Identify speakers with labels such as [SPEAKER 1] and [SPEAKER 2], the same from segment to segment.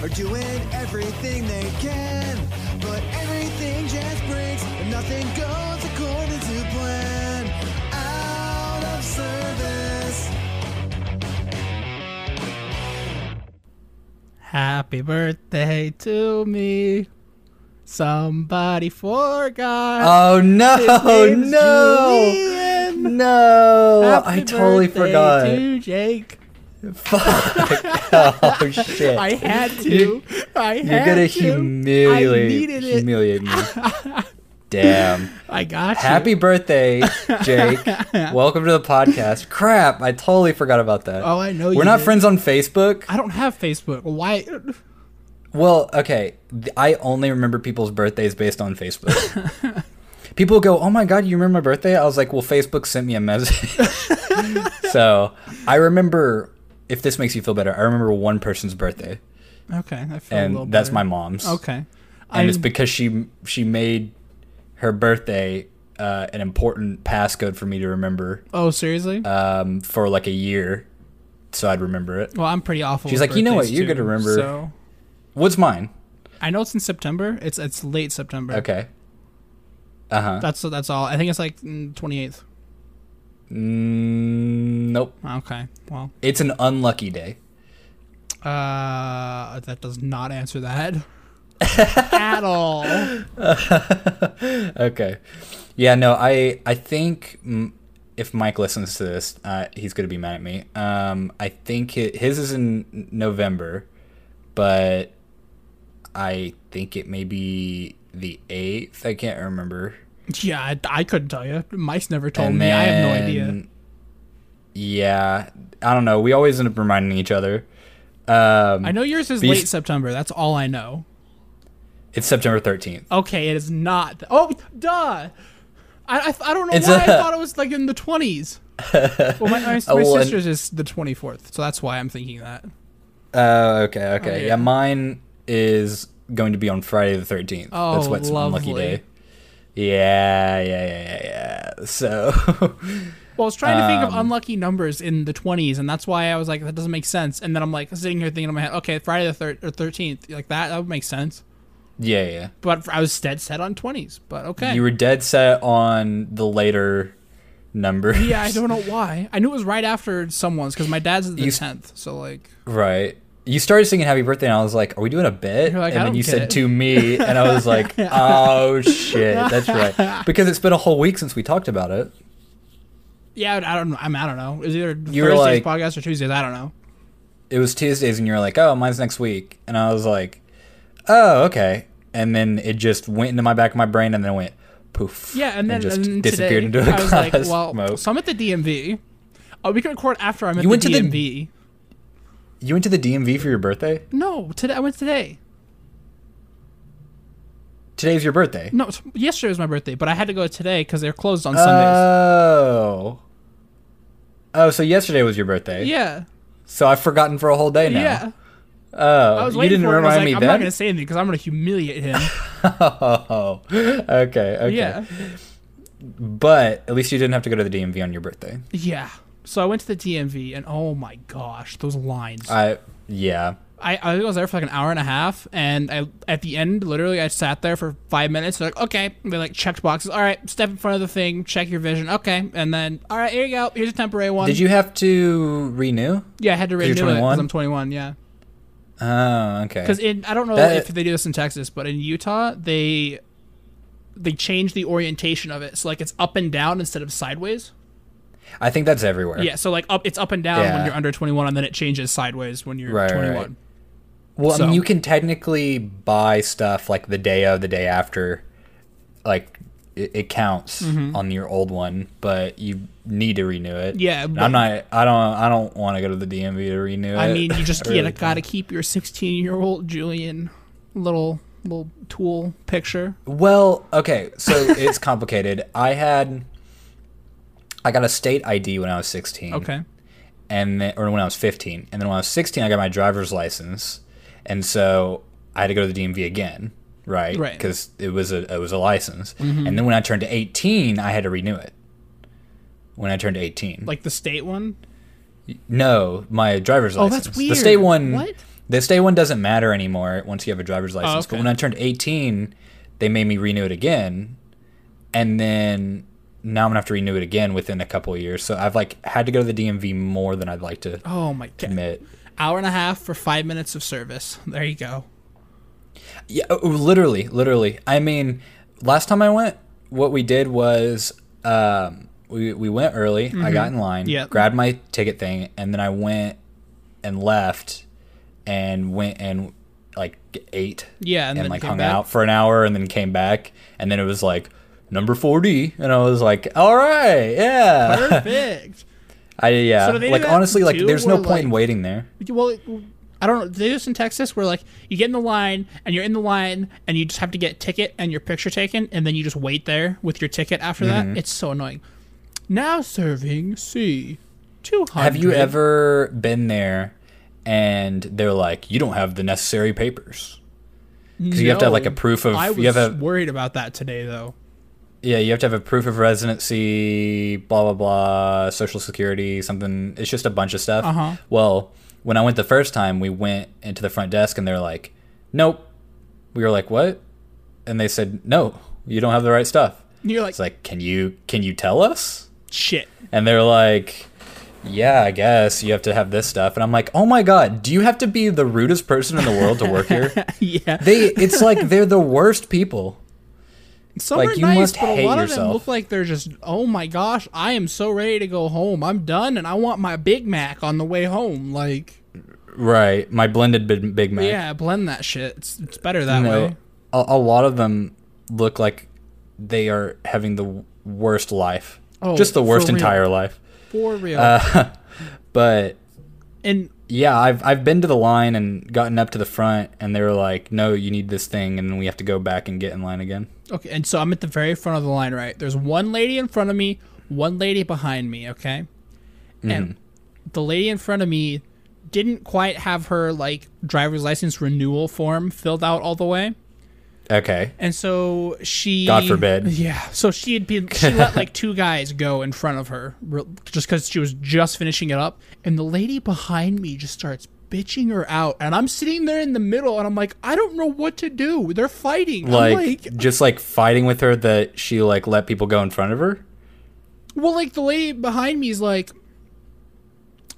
[SPEAKER 1] are doing everything they can. But everything just breaks and nothing goes according to plan. Out of service.
[SPEAKER 2] Happy birthday to me. Somebody forgot.
[SPEAKER 3] Oh no,
[SPEAKER 2] His name's
[SPEAKER 3] no,
[SPEAKER 2] Julian.
[SPEAKER 3] no! I
[SPEAKER 2] Happy
[SPEAKER 3] totally
[SPEAKER 2] birthday
[SPEAKER 3] forgot.
[SPEAKER 2] To Jake.
[SPEAKER 3] Fuck! Oh shit!
[SPEAKER 2] I had to. I had
[SPEAKER 3] You're gonna
[SPEAKER 2] to. I
[SPEAKER 3] humiliate,
[SPEAKER 2] needed it.
[SPEAKER 3] humiliate me. Damn!
[SPEAKER 2] I got
[SPEAKER 3] Happy
[SPEAKER 2] you.
[SPEAKER 3] birthday, Jake! Welcome to the podcast. Crap! I totally forgot about that.
[SPEAKER 2] Oh, I know
[SPEAKER 3] We're
[SPEAKER 2] you
[SPEAKER 3] not
[SPEAKER 2] did.
[SPEAKER 3] friends on Facebook.
[SPEAKER 2] I don't have Facebook. Why?
[SPEAKER 3] Well, okay. th- I only remember people's birthdays based on Facebook. People go, "Oh my god, you remember my birthday?" I was like, "Well, Facebook sent me a message." so, I remember if this makes you feel better, I remember one person's birthday,
[SPEAKER 2] Okay, I feel a little
[SPEAKER 3] and that's
[SPEAKER 2] better.
[SPEAKER 3] my mom's.
[SPEAKER 2] Okay,
[SPEAKER 3] And it's
[SPEAKER 2] I-
[SPEAKER 3] because she she made her birthday uh, an important passcode for me to remember
[SPEAKER 2] Oh, seriously?
[SPEAKER 3] um, for like a year, so I'd remember it.
[SPEAKER 2] well, I'm pretty awful.
[SPEAKER 3] she's
[SPEAKER 2] with
[SPEAKER 3] like, "You know what?
[SPEAKER 2] birthdays,
[SPEAKER 3] You're gonna
[SPEAKER 2] too,
[SPEAKER 3] remember."
[SPEAKER 2] So
[SPEAKER 3] What's mine?
[SPEAKER 2] I know it's in September. It's it's late September.
[SPEAKER 3] Okay. Uh huh.
[SPEAKER 2] That's that's all. I think it's like mm, 28th.
[SPEAKER 3] Mm, nope.
[SPEAKER 2] Okay. Well,
[SPEAKER 3] It's an unlucky day.
[SPEAKER 2] uh, that does not answer that at all.
[SPEAKER 3] Okay. Yeah, no, I I think mm, if Mike listens to this, uh, he's gonna be mad at me. Um, I think hi his is in November, but I think it may be the eighth. I can't remember.
[SPEAKER 2] Yeah, I, I couldn't tell you. Mike's never told
[SPEAKER 3] And
[SPEAKER 2] me. Oh, I have no
[SPEAKER 3] then-
[SPEAKER 2] idea.
[SPEAKER 3] Yeah, I don't know. We always end up reminding each other. Um,
[SPEAKER 2] I know yours is
[SPEAKER 3] Be-
[SPEAKER 2] late September. That's all I know.
[SPEAKER 3] it's September thirteenth.
[SPEAKER 2] Okay, it is not. th- oh, duh. I, I, I don't know
[SPEAKER 3] It's
[SPEAKER 2] why I
[SPEAKER 3] a- Oh,
[SPEAKER 2] thought it was like in the 20s. well, my, my, my
[SPEAKER 3] well, and-
[SPEAKER 2] sister's is the 24th, so that's why I'm thinking that.
[SPEAKER 3] Oh, okay, okay.
[SPEAKER 2] yeah.
[SPEAKER 3] yeah. mine is going to be on Friday the 13th.
[SPEAKER 2] Oh,
[SPEAKER 3] That's what's unlucky
[SPEAKER 2] lovely.
[SPEAKER 3] day. Yeah, yeah, yeah, yeah, yeah. So,
[SPEAKER 2] Well, I was trying to think
[SPEAKER 3] Um,
[SPEAKER 2] of unlucky numbers in the 20s, and that's why I was like, that doesn't make sense. And then I'm like sitting here thinking in my head, okay, Friday the thir- or 13th, like that, that would make sense.
[SPEAKER 3] yeah, yeah.
[SPEAKER 2] But I was dead set on 20s, but okay.
[SPEAKER 3] You were dead set on the later numbers.
[SPEAKER 2] yeah, I don't know why. I knew it was right after someone's because my dad's the
[SPEAKER 3] You s-
[SPEAKER 2] 10th, so like.
[SPEAKER 3] Right. You started singing Happy Birthday, and I was like, Are we doing a bit?
[SPEAKER 2] You're like,
[SPEAKER 3] and
[SPEAKER 2] "I
[SPEAKER 3] then
[SPEAKER 2] don't
[SPEAKER 3] you
[SPEAKER 2] get
[SPEAKER 3] said
[SPEAKER 2] it."
[SPEAKER 3] to me, and I was like, Oh, shit. That's right. Because it's been a whole week since we talked about it.
[SPEAKER 2] Yeah, I don't. I'm. I don't know. It was either
[SPEAKER 3] were
[SPEAKER 2] Thursday's
[SPEAKER 3] like-
[SPEAKER 2] podcast or Tuesdays. I don't know.
[SPEAKER 3] it was Tuesdays, and you were like, "Oh, mine's next week," and I was like, "Oh, okay." And then it just went into my back of my brain, and then went poof.
[SPEAKER 2] Yeah, and then
[SPEAKER 3] just
[SPEAKER 2] and then
[SPEAKER 3] disappeared
[SPEAKER 2] today,
[SPEAKER 3] into a
[SPEAKER 2] I was
[SPEAKER 3] cloud
[SPEAKER 2] like,
[SPEAKER 3] of
[SPEAKER 2] well,
[SPEAKER 3] smoke.
[SPEAKER 2] so I'm at the DMV. Oh, we can record after I'm at
[SPEAKER 3] You
[SPEAKER 2] the
[SPEAKER 3] went to the-
[SPEAKER 2] DMV.
[SPEAKER 3] you went to the DMV for your birthday.
[SPEAKER 2] No, today I went today.
[SPEAKER 3] Today's your birthday.
[SPEAKER 2] No, t- yesterday was my birthday, but I had to go today because they're closed on
[SPEAKER 3] Uh,
[SPEAKER 2] Sundays.
[SPEAKER 3] Oh. Oh, so yesterday was your birthday.
[SPEAKER 2] Yeah,
[SPEAKER 3] So I've forgotten for a whole day now.
[SPEAKER 2] yeah.
[SPEAKER 3] Oh,
[SPEAKER 2] I was
[SPEAKER 3] you
[SPEAKER 2] waiting
[SPEAKER 3] didn't
[SPEAKER 2] for
[SPEAKER 3] remind
[SPEAKER 2] him. I was like,
[SPEAKER 3] me
[SPEAKER 2] I'm
[SPEAKER 3] then.
[SPEAKER 2] not gonna say anything because I'm gonna humiliate him.
[SPEAKER 3] oh, okay, okay.
[SPEAKER 2] yeah,
[SPEAKER 3] But at least you didn't have to go to the DMV on your birthday.
[SPEAKER 2] yeah. So I went to the DMV, and oh my gosh, those lines.
[SPEAKER 3] I yeah.
[SPEAKER 2] I, I was there for like an hour and a half, and I at the end, literally, I sat there for five minutes. They're like, okay, and they like checked boxes. All right, step in front of the thing, check your vision. Okay, and then all right, here you go. Here's a temporary one.
[SPEAKER 3] Did you have to renew?
[SPEAKER 2] Yeah, I had to renew
[SPEAKER 3] you're
[SPEAKER 2] it because
[SPEAKER 3] 21?
[SPEAKER 2] I'm 21. Yeah,
[SPEAKER 3] Oh, okay.
[SPEAKER 2] because I don't know
[SPEAKER 3] That-
[SPEAKER 2] if they do this in Texas, but in Utah, they they change the orientation of it, so like it's up and down instead of sideways.
[SPEAKER 3] I think that's everywhere.
[SPEAKER 2] Yeah, so like up, it's up and down when
[SPEAKER 3] Yeah.
[SPEAKER 2] you're under 21, and then it changes sideways when you're
[SPEAKER 3] Right, right,
[SPEAKER 2] 21.
[SPEAKER 3] right. Well, I
[SPEAKER 2] So-
[SPEAKER 3] mean, you can technically buy stuff like the day of, the day after. Like, it, it counts
[SPEAKER 2] Mm-hmm.
[SPEAKER 3] on your old one, but you need to renew it.
[SPEAKER 2] Yeah,
[SPEAKER 3] And
[SPEAKER 2] but-
[SPEAKER 3] I'm not. I don't. I don't want to go to the DMV to renew it.
[SPEAKER 2] I mean, you just
[SPEAKER 3] I really
[SPEAKER 2] you gotta keep your 16 year old Julian little little tool picture.
[SPEAKER 3] don't. Well, okay. So it's complicated. I had. I got a state ID when I was 16.
[SPEAKER 2] Okay.
[SPEAKER 3] and then, or when I was 15, and then when I was 16, I got my driver's license, and so I had to go to the DMV again, right?
[SPEAKER 2] Right. Mm-hmm.
[SPEAKER 3] Because it was a it was a license, and then when I turned to 18, I had to renew it. When I turned 18,
[SPEAKER 2] Like the state one.
[SPEAKER 3] no, my driver's
[SPEAKER 2] Oh,
[SPEAKER 3] license.
[SPEAKER 2] that's weird.
[SPEAKER 3] The state one
[SPEAKER 2] What? Oh,
[SPEAKER 3] This day one doesn't matter anymore once you have a driver's license. But
[SPEAKER 2] okay.
[SPEAKER 3] when I turned 18, they made me renew it again. And then now I'm going to have to renew it again within a couple of years. So I've like had to go to the DMV more than I'd like to
[SPEAKER 2] Oh my god.
[SPEAKER 3] admit.
[SPEAKER 2] Hour and a half for five minutes of service. There you go.
[SPEAKER 3] Yeah, oh, literally, literally. I mean, last time I went, what we did was um, we we went early. I got in line,
[SPEAKER 2] Mm-hmm. Yep.
[SPEAKER 3] grabbed my ticket thing, and then I went and left, and went and like ate,
[SPEAKER 2] Yeah, and then
[SPEAKER 3] like
[SPEAKER 2] came
[SPEAKER 3] hung
[SPEAKER 2] back.
[SPEAKER 3] out for an hour, and then came back, and then it was like number forty, and I was like, all right, yeah,
[SPEAKER 2] Perfect.
[SPEAKER 3] I yeah,
[SPEAKER 2] So do they do
[SPEAKER 3] like
[SPEAKER 2] that
[SPEAKER 3] honestly, like
[SPEAKER 2] too,
[SPEAKER 3] there's no
[SPEAKER 2] or,
[SPEAKER 3] point in
[SPEAKER 2] like-
[SPEAKER 3] waiting there.
[SPEAKER 2] well, it- I don't know. They do this in Texas where like you get in the line and you're in the line and you just have to get a ticket and your picture taken and then you just wait there with your ticket after
[SPEAKER 3] Mm-hmm.
[SPEAKER 2] that. It's so annoying. Now serving C, two hundred.
[SPEAKER 3] Have you ever been there and they're like, you don't have the necessary papers? Because you have to have like a proof of
[SPEAKER 2] I was
[SPEAKER 3] you have a
[SPEAKER 2] worried about that today though.
[SPEAKER 3] yeah you have to have a proof of residency, blah blah blah, social security, something. It's just a bunch of stuff.
[SPEAKER 2] Uh-huh.
[SPEAKER 3] Well, when I went the first time, we went into the front desk and they're like, nope. We were like, what? And they said, no, you don't have the right stuff.
[SPEAKER 2] And you're like,
[SPEAKER 3] It's like, can you can you tell us?
[SPEAKER 2] shit.
[SPEAKER 3] And they're like, yeah, I guess you have to have this stuff. And I'm like, oh my God, do you have to be the rudest person in the world to work here?
[SPEAKER 2] yeah.
[SPEAKER 3] They, it's like they're the worst people.
[SPEAKER 2] Some
[SPEAKER 3] Like,
[SPEAKER 2] are
[SPEAKER 3] you
[SPEAKER 2] nice,
[SPEAKER 3] must
[SPEAKER 2] but a
[SPEAKER 3] hate
[SPEAKER 2] lot of them
[SPEAKER 3] yourself.
[SPEAKER 2] look like they're just, oh my gosh, I am so ready to go home. I'm done, and I want my Big Mac on the way home. Like,
[SPEAKER 3] Right. My blended Big, Big Mac.
[SPEAKER 2] yeah, blend that shit. It's, it's better that
[SPEAKER 3] You know,
[SPEAKER 2] way.
[SPEAKER 3] a, a lot of them look like they are having the worst life.
[SPEAKER 2] Oh,
[SPEAKER 3] Just the
[SPEAKER 2] for
[SPEAKER 3] worst
[SPEAKER 2] real.
[SPEAKER 3] entire life.
[SPEAKER 2] For real.
[SPEAKER 3] Uh, But
[SPEAKER 2] and
[SPEAKER 3] yeah, I've, I've been to the line and gotten up to the front and they were like, no, you need this thing. And then we have to go back and get in line again.
[SPEAKER 2] okay, and so I'm at the very front of the line, right? There's one lady in front of me, one lady behind me, okay?
[SPEAKER 3] Mm-hmm.
[SPEAKER 2] And the lady in front of me didn't quite have her like driver's license renewal form filled out all the way.
[SPEAKER 3] Okay.
[SPEAKER 2] And so she.
[SPEAKER 3] God forbid.
[SPEAKER 2] Yeah. So she had been. She let like two guys go in front of her real- just because she was just finishing it up. And the lady behind me just starts bitching her out. And I'm sitting there in the middle and I'm like, I don't know what to do. They're fighting.
[SPEAKER 3] like,
[SPEAKER 2] I'm like
[SPEAKER 3] just like fighting with her that she like let people go in front of her.
[SPEAKER 2] well, like the lady behind me is like,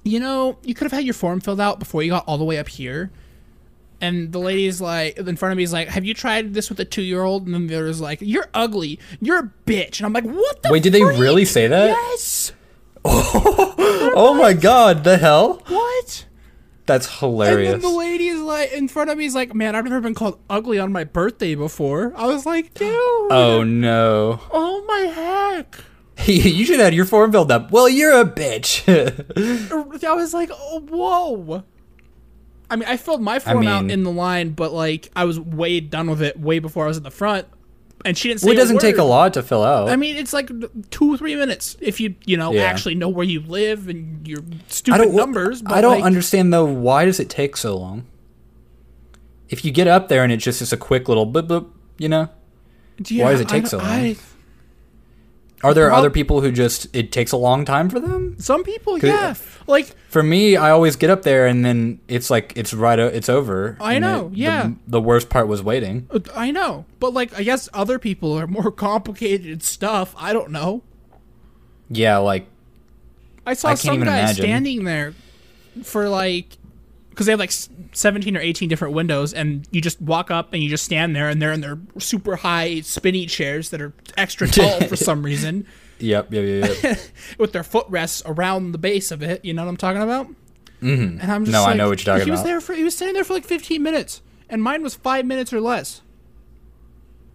[SPEAKER 2] you know, you could have had your form filled out before you got all the way up here. And the lady's like, in front of me is like, have you tried this with a two year old? And then the other's like, you're ugly. You're a bitch. And I'm like, what the
[SPEAKER 3] Wait, did they
[SPEAKER 2] freak?
[SPEAKER 3] really say that?
[SPEAKER 2] Yes.
[SPEAKER 3] Oh my god, the hell!
[SPEAKER 2] What?
[SPEAKER 3] That's
[SPEAKER 2] And then
[SPEAKER 3] hilarious.
[SPEAKER 2] the lady is like, in front of me is like, man, I've never been called ugly on my birthday before. I was like, dude.
[SPEAKER 3] Oh no.
[SPEAKER 2] oh my heck.
[SPEAKER 3] you should have your form filled up. Well, you're a bitch.
[SPEAKER 2] I was like, oh, whoa. I mean, I filled my form out
[SPEAKER 3] mean-
[SPEAKER 2] in the line, but like, I was way done with it way before I was at the front, and she didn't say.
[SPEAKER 3] it doesn't take a
[SPEAKER 2] word.
[SPEAKER 3] lot to fill out.
[SPEAKER 2] I mean, it's like two, three minutes if you, you know,
[SPEAKER 3] Yeah.
[SPEAKER 2] actually know where you live and your
[SPEAKER 3] I
[SPEAKER 2] stupid
[SPEAKER 3] don't
[SPEAKER 2] numbers. But
[SPEAKER 3] I don't
[SPEAKER 2] like,
[SPEAKER 3] understand though. Why does it take so long? If you get up there and it's just just a quick little blip blip, you know.
[SPEAKER 2] yeah,
[SPEAKER 3] why does it
[SPEAKER 2] I
[SPEAKER 3] take
[SPEAKER 2] don't-
[SPEAKER 3] so long?
[SPEAKER 2] I-
[SPEAKER 3] Are there
[SPEAKER 2] Prob-
[SPEAKER 3] other people who just it takes a long time for them?
[SPEAKER 2] some people,
[SPEAKER 3] Could-
[SPEAKER 2] yeah, like
[SPEAKER 3] For me, I always get up there and then it's like it's right, o- it's over.
[SPEAKER 2] I
[SPEAKER 3] and
[SPEAKER 2] know,
[SPEAKER 3] the-
[SPEAKER 2] yeah.
[SPEAKER 3] The, the worst part was waiting.
[SPEAKER 2] uh, I know, but like I guess other people are more complicated stuff. I don't know.
[SPEAKER 3] Yeah, like
[SPEAKER 2] I saw
[SPEAKER 3] I can't
[SPEAKER 2] some
[SPEAKER 3] even
[SPEAKER 2] guy
[SPEAKER 3] imagine.
[SPEAKER 2] standing there for like because they have like s- 17 or 18 different windows and you just walk up and you just stand there and they're in their super high spinny chairs that are extra tall for some reason
[SPEAKER 3] yep, yep, yep. yep.
[SPEAKER 2] with their footrests around the base of it you know what i'm talking about mm-hmm. and i'm just
[SPEAKER 3] No, I
[SPEAKER 2] like-
[SPEAKER 3] know what you're talking
[SPEAKER 2] he was
[SPEAKER 3] about.
[SPEAKER 2] there for he was standing there for like 15 minutes and mine was five minutes or less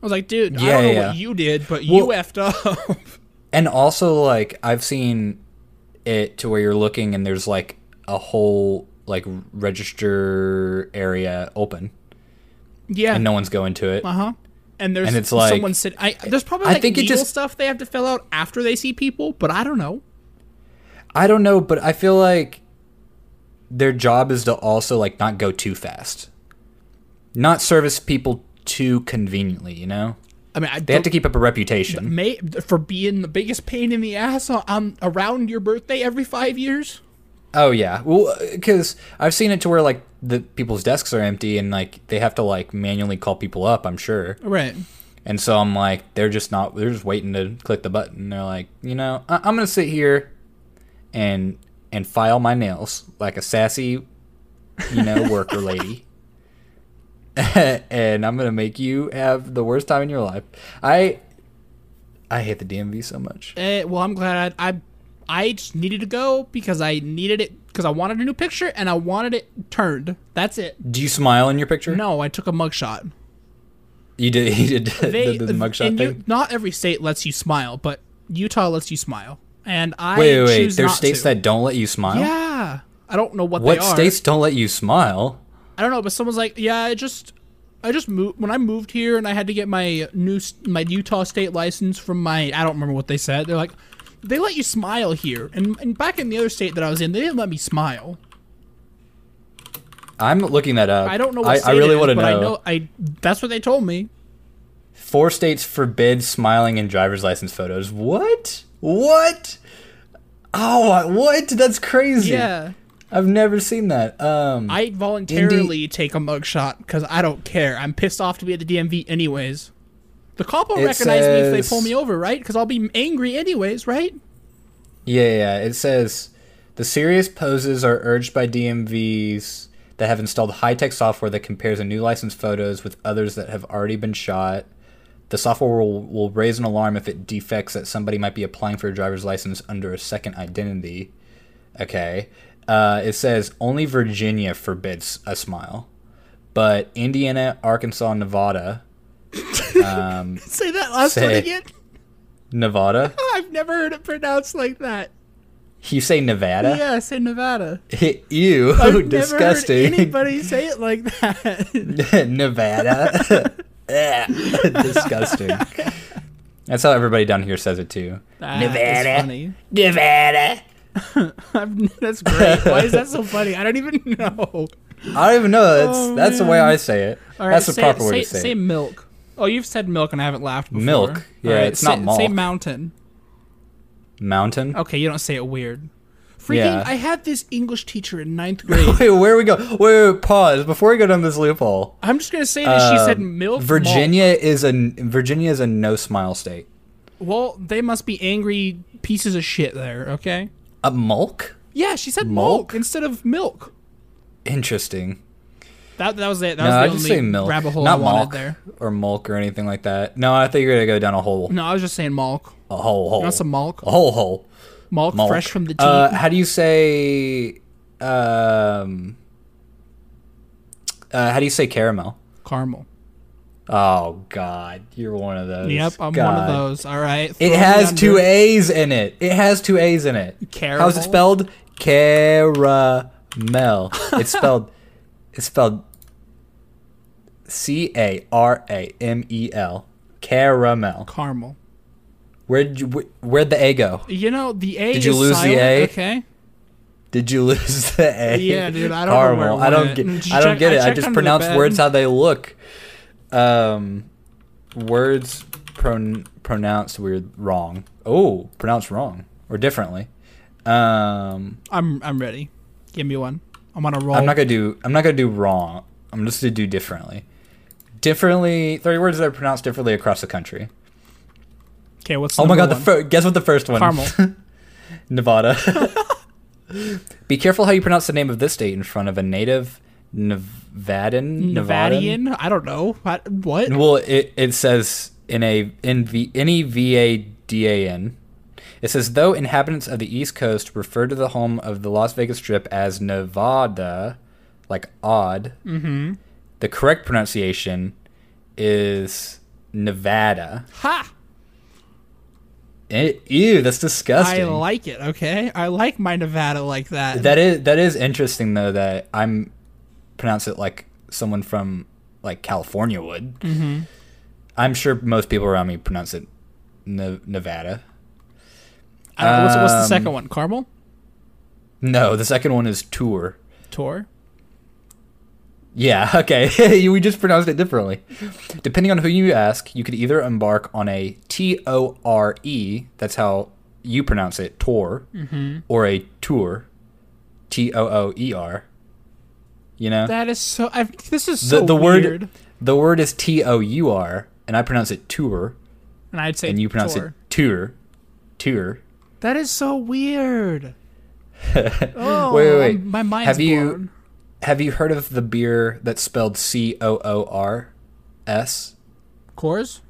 [SPEAKER 2] i was like dude i
[SPEAKER 3] Yeah,
[SPEAKER 2] don't know
[SPEAKER 3] yeah.
[SPEAKER 2] what you did but you
[SPEAKER 3] Well-
[SPEAKER 2] effed up
[SPEAKER 3] and also, like I've seen it to where you're looking and there's like a whole like register area open
[SPEAKER 2] yeah
[SPEAKER 3] and no one's going to it.
[SPEAKER 2] Uh huh. And there's
[SPEAKER 3] And it's like-
[SPEAKER 2] someone sit. I, there's probably
[SPEAKER 3] I
[SPEAKER 2] like
[SPEAKER 3] think it
[SPEAKER 2] legal
[SPEAKER 3] just-
[SPEAKER 2] stuff they have to fill out after they see people, but I don't know.
[SPEAKER 3] I don't know, but I feel like their job is to also like not go too fast, not service people too conveniently. You know,
[SPEAKER 2] I mean, I
[SPEAKER 3] they have to keep up a reputation.
[SPEAKER 2] may, for being the biggest pain in the ass um, on, on around your birthday every five years.
[SPEAKER 3] Oh yeah, well, because uh, I've seen it to where like the people's desks are empty and like they have to like manually call people up. I'm sure.
[SPEAKER 2] Right.
[SPEAKER 3] And so I'm like, they're just not. They're just waiting to click the button. They're like, you know, I- I'm gonna sit here and and file my nails like a sassy, you know, worker lady. and I'm gonna make you have the worst time in your life. I I hate the DMV so much.
[SPEAKER 2] Eh, well, I'm glad I, I I just needed to go because I needed it because I wanted a new picture and I wanted it turned. That's it.
[SPEAKER 3] Do you smile in your picture?
[SPEAKER 2] No, I took a mugshot.
[SPEAKER 3] You did. You did the, the, the mugshot
[SPEAKER 2] and you-
[SPEAKER 3] thing.
[SPEAKER 2] not every state lets you smile, but Utah lets you smile, and I
[SPEAKER 3] wait, wait, wait.
[SPEAKER 2] choose
[SPEAKER 3] There's
[SPEAKER 2] not
[SPEAKER 3] states
[SPEAKER 2] to.
[SPEAKER 3] that don't let you smile.
[SPEAKER 2] yeah. I don't know what,
[SPEAKER 3] What
[SPEAKER 2] they are.
[SPEAKER 3] states don't let you smile?
[SPEAKER 2] I don't know, but someone's like, yeah, I just, I just moved when I moved here and I had to get my new s- my Utah state license from my I don't remember what they said. They're like, they let you smile here, and and back in the other state that I was in, they didn't let me smile.
[SPEAKER 3] I'm looking that up.
[SPEAKER 2] I don't know.
[SPEAKER 3] I,
[SPEAKER 2] What state
[SPEAKER 3] I really
[SPEAKER 2] it is,
[SPEAKER 3] want to
[SPEAKER 2] but
[SPEAKER 3] know.
[SPEAKER 2] I know I that's what they told me.
[SPEAKER 3] Four states forbid smiling in driver's license photos. What? What? Oh, I- what? That's crazy.
[SPEAKER 2] Yeah,
[SPEAKER 3] I've never seen that. Um,
[SPEAKER 2] I voluntarily take a mugshot because I don't care. I'm pissed off to be at the DMV anyways. The cop will
[SPEAKER 3] It
[SPEAKER 2] recognize me if
[SPEAKER 3] says-
[SPEAKER 2] they pull me over, right? Because I'll be angry anyways, right?
[SPEAKER 3] Yeah, yeah, yeah. It says the serious poses are urged by DMVs that have installed high-tech software that compares a new license photos with others that have already been shot. The software will, will raise an alarm if it defects that somebody might be applying for a driver's license under a second identity. Okay. Uh, it says only Virginia forbids a smile, but Indiana, Arkansas, Nevada,
[SPEAKER 2] Say that last one
[SPEAKER 3] Say-
[SPEAKER 2] again.
[SPEAKER 3] Nevada.
[SPEAKER 2] I've never heard it pronounced like that.
[SPEAKER 3] you say Nevada?
[SPEAKER 2] Yeah, say Nevada.
[SPEAKER 3] Ew,
[SPEAKER 2] I've
[SPEAKER 3] disgusting.
[SPEAKER 2] never heard anybody say it like that.
[SPEAKER 3] Nevada. Eh, Disgusting. That's how everybody down here says it too.
[SPEAKER 2] That is
[SPEAKER 3] Nevada.
[SPEAKER 2] funny.
[SPEAKER 3] Nevada.
[SPEAKER 2] I've- that's great. Why is that so funny? I don't even know.
[SPEAKER 3] I don't even know. That's
[SPEAKER 2] Oh,
[SPEAKER 3] that's the way
[SPEAKER 2] man.
[SPEAKER 3] I say it.
[SPEAKER 2] All right,
[SPEAKER 3] that's the
[SPEAKER 2] say,
[SPEAKER 3] proper way to
[SPEAKER 2] say,
[SPEAKER 3] say,
[SPEAKER 2] say
[SPEAKER 3] it.
[SPEAKER 2] milk. Oh, you've said milk and I haven't laughed before.
[SPEAKER 3] Milk.
[SPEAKER 2] All
[SPEAKER 3] Yeah, it's
[SPEAKER 2] say,
[SPEAKER 3] not
[SPEAKER 2] Say
[SPEAKER 3] malk.
[SPEAKER 2] mountain.
[SPEAKER 3] Mountain.
[SPEAKER 2] Okay, you don't say it weird. Freaking,
[SPEAKER 3] Yeah.
[SPEAKER 2] I had this English teacher in ninth grade.
[SPEAKER 3] Wait, where we go? Wait, wait, wait, pause before we go down this loophole.
[SPEAKER 2] I'm just gonna say that she said
[SPEAKER 3] Um,
[SPEAKER 2] milk. malt.
[SPEAKER 3] Virginia is a Virginia is a no smile state.
[SPEAKER 2] Well, they must be angry pieces of shit there. Okay.
[SPEAKER 3] A mulk?
[SPEAKER 2] Yeah, she said
[SPEAKER 3] Malk?
[SPEAKER 2] milk instead of milk.
[SPEAKER 3] Interesting.
[SPEAKER 2] That that was it. That
[SPEAKER 3] No, I
[SPEAKER 2] was
[SPEAKER 3] just
[SPEAKER 2] the
[SPEAKER 3] say
[SPEAKER 2] only
[SPEAKER 3] milk,
[SPEAKER 2] rabbit hole
[SPEAKER 3] not
[SPEAKER 2] I wanted
[SPEAKER 3] malk
[SPEAKER 2] there.
[SPEAKER 3] or mulk or anything like that. No, I thought you were gonna go down a hole,
[SPEAKER 2] No, I was just saying malk.
[SPEAKER 3] a hole, hole,
[SPEAKER 2] You want some malk?
[SPEAKER 3] a hole, hole.
[SPEAKER 2] Malk,
[SPEAKER 3] Malk.
[SPEAKER 2] fresh from the tea.
[SPEAKER 3] Oh. Uh, how do you say? Um, uh, how do you say caramel?
[SPEAKER 2] Caramel.
[SPEAKER 3] Oh God, you're one of those.
[SPEAKER 2] Yep, I'm one of
[SPEAKER 3] God.
[SPEAKER 2] those. All right.
[SPEAKER 3] It
[SPEAKER 2] throw me
[SPEAKER 3] has
[SPEAKER 2] under.
[SPEAKER 3] two A's in it. It has two A's in it. How's
[SPEAKER 2] Caramel?
[SPEAKER 3] it spelled? Caramel. It's spelled. it's spelled. C A R A M E L. Caramel.
[SPEAKER 2] Caramel.
[SPEAKER 3] Where'd you, wh- where'd the A go?
[SPEAKER 2] You know the A.
[SPEAKER 3] Did you
[SPEAKER 2] is
[SPEAKER 3] lose the
[SPEAKER 2] silent,
[SPEAKER 3] A?
[SPEAKER 2] Okay.
[SPEAKER 3] Did you lose the A?
[SPEAKER 2] Yeah, dude, I don't know
[SPEAKER 3] Caramel.
[SPEAKER 2] where it
[SPEAKER 3] I don't
[SPEAKER 2] went.
[SPEAKER 3] get.
[SPEAKER 2] Just
[SPEAKER 3] I don't
[SPEAKER 2] check-
[SPEAKER 3] get
[SPEAKER 2] I
[SPEAKER 3] it. I,
[SPEAKER 2] checked
[SPEAKER 3] just
[SPEAKER 2] under the
[SPEAKER 3] pronounce
[SPEAKER 2] bed.
[SPEAKER 3] words how they look. Um, words pron- pronounced weird wrong. Oh, pronounced wrong or differently. Um,
[SPEAKER 2] I'm I'm ready. Give me one. I'm on a roll.
[SPEAKER 3] I'm not gonna do. I'm not gonna do wrong. I'm just gonna do differently. Differently, thirty words that are pronounced differently across the country.
[SPEAKER 2] okay, what's
[SPEAKER 3] Oh my
[SPEAKER 2] number
[SPEAKER 3] god! The
[SPEAKER 2] one?
[SPEAKER 3] fir- guess what the first one?
[SPEAKER 2] caramel.
[SPEAKER 3] Nevada. Be careful how you pronounce the name of this state in front of a native Nevadan.
[SPEAKER 2] Nevadian. I don't know. What? what?
[SPEAKER 3] Well, it, it says in a in v n e v a d a n. It says though inhabitants of the East Coast refer to the home of the Las Vegas Strip as Nevada, like odd. Mm-hmm. The correct pronunciation is Nevada.
[SPEAKER 2] Ha!
[SPEAKER 3] E- ew, that's
[SPEAKER 2] I
[SPEAKER 3] disgusting.
[SPEAKER 2] like it. Okay, I like my Nevada like that.
[SPEAKER 3] That is that is interesting though that I'm pronounce it like someone from like California would. Mm-hmm. I'm sure most people around me pronounce it ne- Nevada.
[SPEAKER 2] I don't know, what's, what's the
[SPEAKER 3] um,
[SPEAKER 2] second one? Caramel.
[SPEAKER 3] No, the second one is tour.
[SPEAKER 2] Tor.
[SPEAKER 3] Yeah, okay. we just pronounced it differently. Depending on who you ask, you could either embark on a T O R E, that's how you pronounce it, tour, or a tour, T O O E R, You know,
[SPEAKER 2] That is so. I've, this is
[SPEAKER 3] the
[SPEAKER 2] so
[SPEAKER 3] the
[SPEAKER 2] weird.
[SPEAKER 3] word the word is T O U R, and I pronounce it tour,
[SPEAKER 2] and I'd say
[SPEAKER 3] and you pronounce
[SPEAKER 2] tour.
[SPEAKER 3] it tour, tour.
[SPEAKER 2] That is so weird. oh,
[SPEAKER 3] Wait, wait, wait.
[SPEAKER 2] I'm- my mind's
[SPEAKER 3] Have you-
[SPEAKER 2] blown.
[SPEAKER 3] Have you heard of the beer that's spelled C O O R S?
[SPEAKER 2] Coors?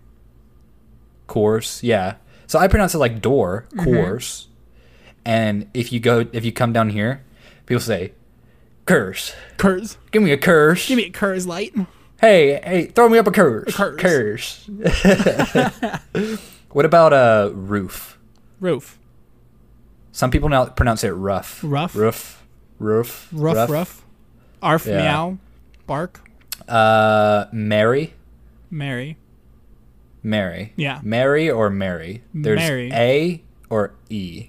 [SPEAKER 3] Course, yeah. So I pronounce it like door,
[SPEAKER 2] Mm-hmm.
[SPEAKER 3] course. And if you go, if you come down here, people say, "Curse,
[SPEAKER 2] Coors.
[SPEAKER 3] give me a curse.
[SPEAKER 2] Give me a Coors Light.
[SPEAKER 3] hey, hey, throw me up a curse,
[SPEAKER 2] curse.
[SPEAKER 3] curse." what about a uh, roof?
[SPEAKER 2] Roof.
[SPEAKER 3] Some people now pronounce it rough,
[SPEAKER 2] Rough?
[SPEAKER 3] roof, roof,
[SPEAKER 2] Rough, rough. Arf,
[SPEAKER 3] Yeah.
[SPEAKER 2] meow. Bark.
[SPEAKER 3] Uh, Mary,
[SPEAKER 2] Mary.
[SPEAKER 3] Mary,
[SPEAKER 2] Yeah.
[SPEAKER 3] Mary or Mary. There's
[SPEAKER 2] Mary.
[SPEAKER 3] A or E.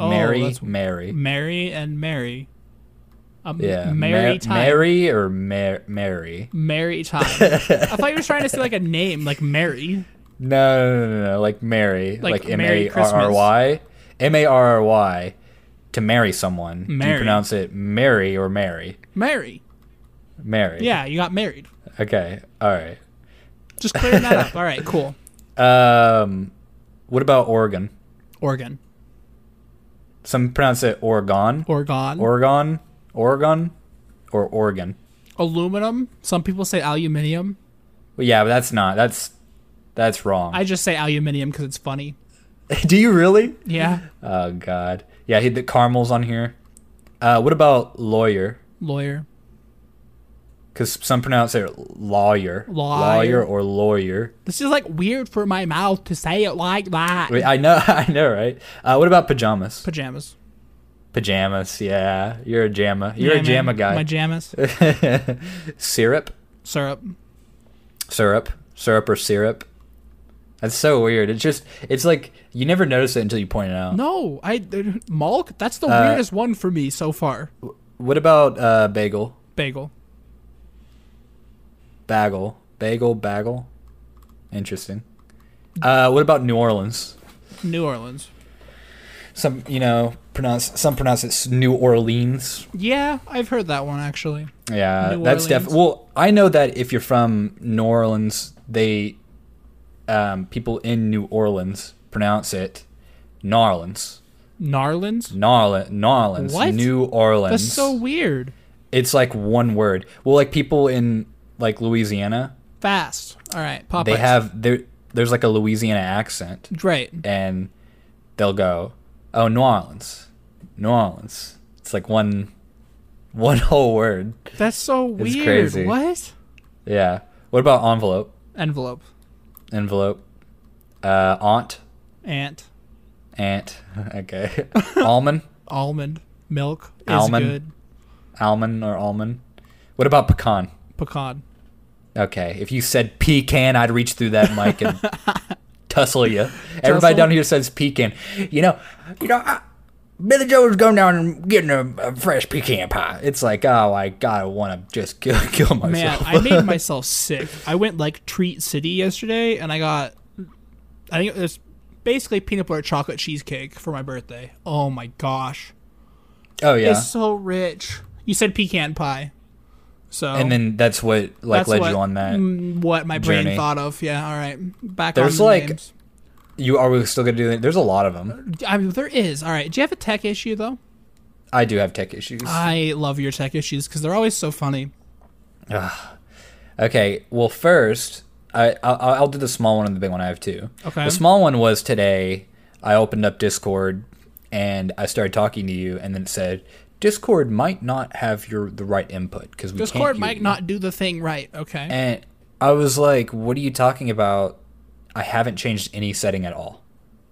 [SPEAKER 2] Oh,
[SPEAKER 3] Mary,
[SPEAKER 2] that's-
[SPEAKER 3] Mary.
[SPEAKER 2] Mary and Mary. Um,
[SPEAKER 3] Yeah,
[SPEAKER 2] Mary
[SPEAKER 3] Ma-
[SPEAKER 2] time.
[SPEAKER 3] Mary or Mar- Mary?
[SPEAKER 2] Mary time. I thought you were trying to say like a name, like Mary.
[SPEAKER 3] No, no, no, no, no, like Mary,
[SPEAKER 2] Like
[SPEAKER 3] like M
[SPEAKER 2] Merry
[SPEAKER 3] A R R Y, M A R R Y, to marry someone. Do
[SPEAKER 2] Mary.
[SPEAKER 3] you pronounce it Mary or Mary?
[SPEAKER 2] Mary.
[SPEAKER 3] Mary.
[SPEAKER 2] Yeah, you got married.
[SPEAKER 3] Okay. All right.
[SPEAKER 2] Just clearing that up. All right, cool.
[SPEAKER 3] Um, what about Oregon?
[SPEAKER 2] Oregon.
[SPEAKER 3] Some pronounce it Oregon,
[SPEAKER 2] Oregon.
[SPEAKER 3] Oregon, Oregon, or Oregon.
[SPEAKER 2] aluminum. Some people say aluminium.
[SPEAKER 3] Well, yeah, but that's not. That's that's wrong.
[SPEAKER 2] I just say aluminium because it's funny.
[SPEAKER 3] Do you really?
[SPEAKER 2] Yeah.
[SPEAKER 3] Oh God. Yeah, he the caramels on here. Uh, what about lawyer?
[SPEAKER 2] Lawyer.
[SPEAKER 3] because some pronounce it lawyer,
[SPEAKER 2] Lawyer.
[SPEAKER 3] or lawyer.
[SPEAKER 2] This is like weird for my mouth to say it like that.
[SPEAKER 3] Wait, I know, I know, right? Uh, what about pajamas?
[SPEAKER 2] Pajamas.
[SPEAKER 3] pajamas, yeah. You're a jamma. You're
[SPEAKER 2] Yeah,
[SPEAKER 3] a jamma
[SPEAKER 2] man. My
[SPEAKER 3] guy.
[SPEAKER 2] jammas.
[SPEAKER 3] syrup,
[SPEAKER 2] Syrup.
[SPEAKER 3] syrup, syrup or syrup. That's so weird. It's just, it's like you never notice it until you point it out.
[SPEAKER 2] No, I Malk. That's
[SPEAKER 3] Uh,
[SPEAKER 2] the weirdest one for me so far.
[SPEAKER 3] What about uh, bagel,
[SPEAKER 2] Bagel.
[SPEAKER 3] bagel, bagel, bagel? Interesting. Uh, what about New Orleans?
[SPEAKER 2] New Orleans.
[SPEAKER 3] Some, you know, pronounce some pronounce it s- New Orleans.
[SPEAKER 2] Yeah, I've heard that one actually.
[SPEAKER 3] Yeah,
[SPEAKER 2] New
[SPEAKER 3] that's def.
[SPEAKER 2] Orleans.
[SPEAKER 3] Well, I know that if you're from New Orleans, they um, people in New Orleans pronounce it Narlins,
[SPEAKER 2] Narlands.
[SPEAKER 3] Narlin, Narlins,
[SPEAKER 2] What?
[SPEAKER 3] New Orleans.
[SPEAKER 2] That's so weird.
[SPEAKER 3] it's like one word. Well, like people in like Louisiana,
[SPEAKER 2] Fast. All right, Popeyes.
[SPEAKER 3] they have there. There's like a Louisiana accent,
[SPEAKER 2] great.
[SPEAKER 3] and they'll go, "Oh, New Orleans, New Orleans." It's like one, one whole word.
[SPEAKER 2] That's so weird.
[SPEAKER 3] crazy.
[SPEAKER 2] What?
[SPEAKER 3] Yeah. What about envelope?
[SPEAKER 2] Envelope.
[SPEAKER 3] envelope. Uh, aunt,
[SPEAKER 2] Ant.
[SPEAKER 3] aunt. Okay. almond,
[SPEAKER 2] Almond. Milk is
[SPEAKER 3] Almond.
[SPEAKER 2] good.
[SPEAKER 3] almond or almond. What about pecan?
[SPEAKER 2] Pecan.
[SPEAKER 3] Okay, if you said pecan, I'd reach through that mic and tussle you. Everybody
[SPEAKER 2] Tussle?
[SPEAKER 3] down here says pecan. You know, you know. I, Billy Joe was going down and getting a, a fresh pecan pie. It's like, oh my god, I want to just kill, kill
[SPEAKER 2] Man,
[SPEAKER 3] myself.
[SPEAKER 2] I made myself sick. I went like Treat City yesterday, and I got, I think it was basically peanut butter chocolate cheesecake for my birthday. Oh my gosh,
[SPEAKER 3] oh yeah,
[SPEAKER 2] it's so rich. You said pecan pie, so
[SPEAKER 3] and then that's what like
[SPEAKER 2] that's
[SPEAKER 3] led
[SPEAKER 2] what,
[SPEAKER 3] you on that.
[SPEAKER 2] mm, What my brain
[SPEAKER 3] journey.
[SPEAKER 2] thought of. Yeah, all right, back
[SPEAKER 3] There's,
[SPEAKER 2] on the
[SPEAKER 3] like-
[SPEAKER 2] names.
[SPEAKER 3] You are we still gonna do that? There's a lot of them.
[SPEAKER 2] I mean, there is. All right, do you have a tech issue though?
[SPEAKER 3] I do have tech issues.
[SPEAKER 2] I love your tech issues because they're always so funny.
[SPEAKER 3] Okay. Well, first, I I'll, I'll do the small one and the big one. I have two.
[SPEAKER 2] Okay.
[SPEAKER 3] The small one was today. I opened up Discord and I started talking to you, and then it said Discord might not have your the right input because we can't
[SPEAKER 2] Discord
[SPEAKER 3] hear
[SPEAKER 2] might
[SPEAKER 3] you."
[SPEAKER 2] not do the thing right. Okay.
[SPEAKER 3] And I was like, "What are you talking about? I haven't changed any setting at all.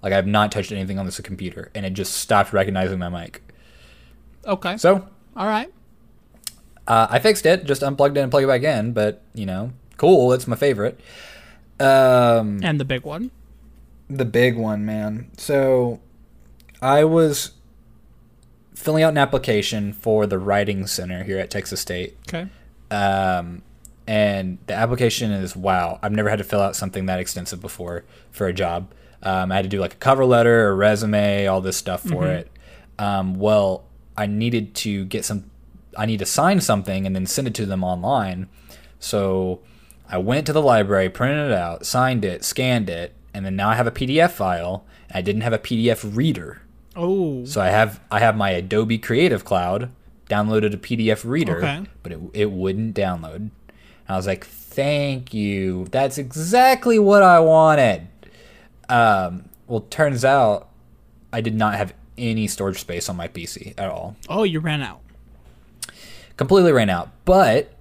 [SPEAKER 3] Like I've not touched anything on this computer, and it just stopped recognizing my mic.
[SPEAKER 2] okay.
[SPEAKER 3] So
[SPEAKER 2] all right.
[SPEAKER 3] Uh, I fixed it, just unplugged it and plugged it back in. But you know, cool. It's my favorite. Um,
[SPEAKER 2] And the big one.
[SPEAKER 3] the big one, man. So I was filling out an application for the writing center here at Texas State.
[SPEAKER 2] Okay.
[SPEAKER 3] Um, and the application is wow, I've never had to fill out something that extensive before for a job. Um, I had to do like a cover letter, a resume, all this stuff for it. Um, well, I needed to get some I need to sign something and then send it to them online. So I went to the library, printed it out, signed it, scanned it, and then now I have a PDF file. And I didn't have a PDF reader.
[SPEAKER 2] Oh.
[SPEAKER 3] So I have I have my Adobe Creative Cloud downloaded a PDF reader,
[SPEAKER 2] Okay.
[SPEAKER 3] but it it wouldn't download. And I was like, "Thank you. That's exactly what I wanted." Um, well, turns out I did not have any storage space on my PC at all.
[SPEAKER 2] Oh, you ran out.
[SPEAKER 3] Completely ran out. But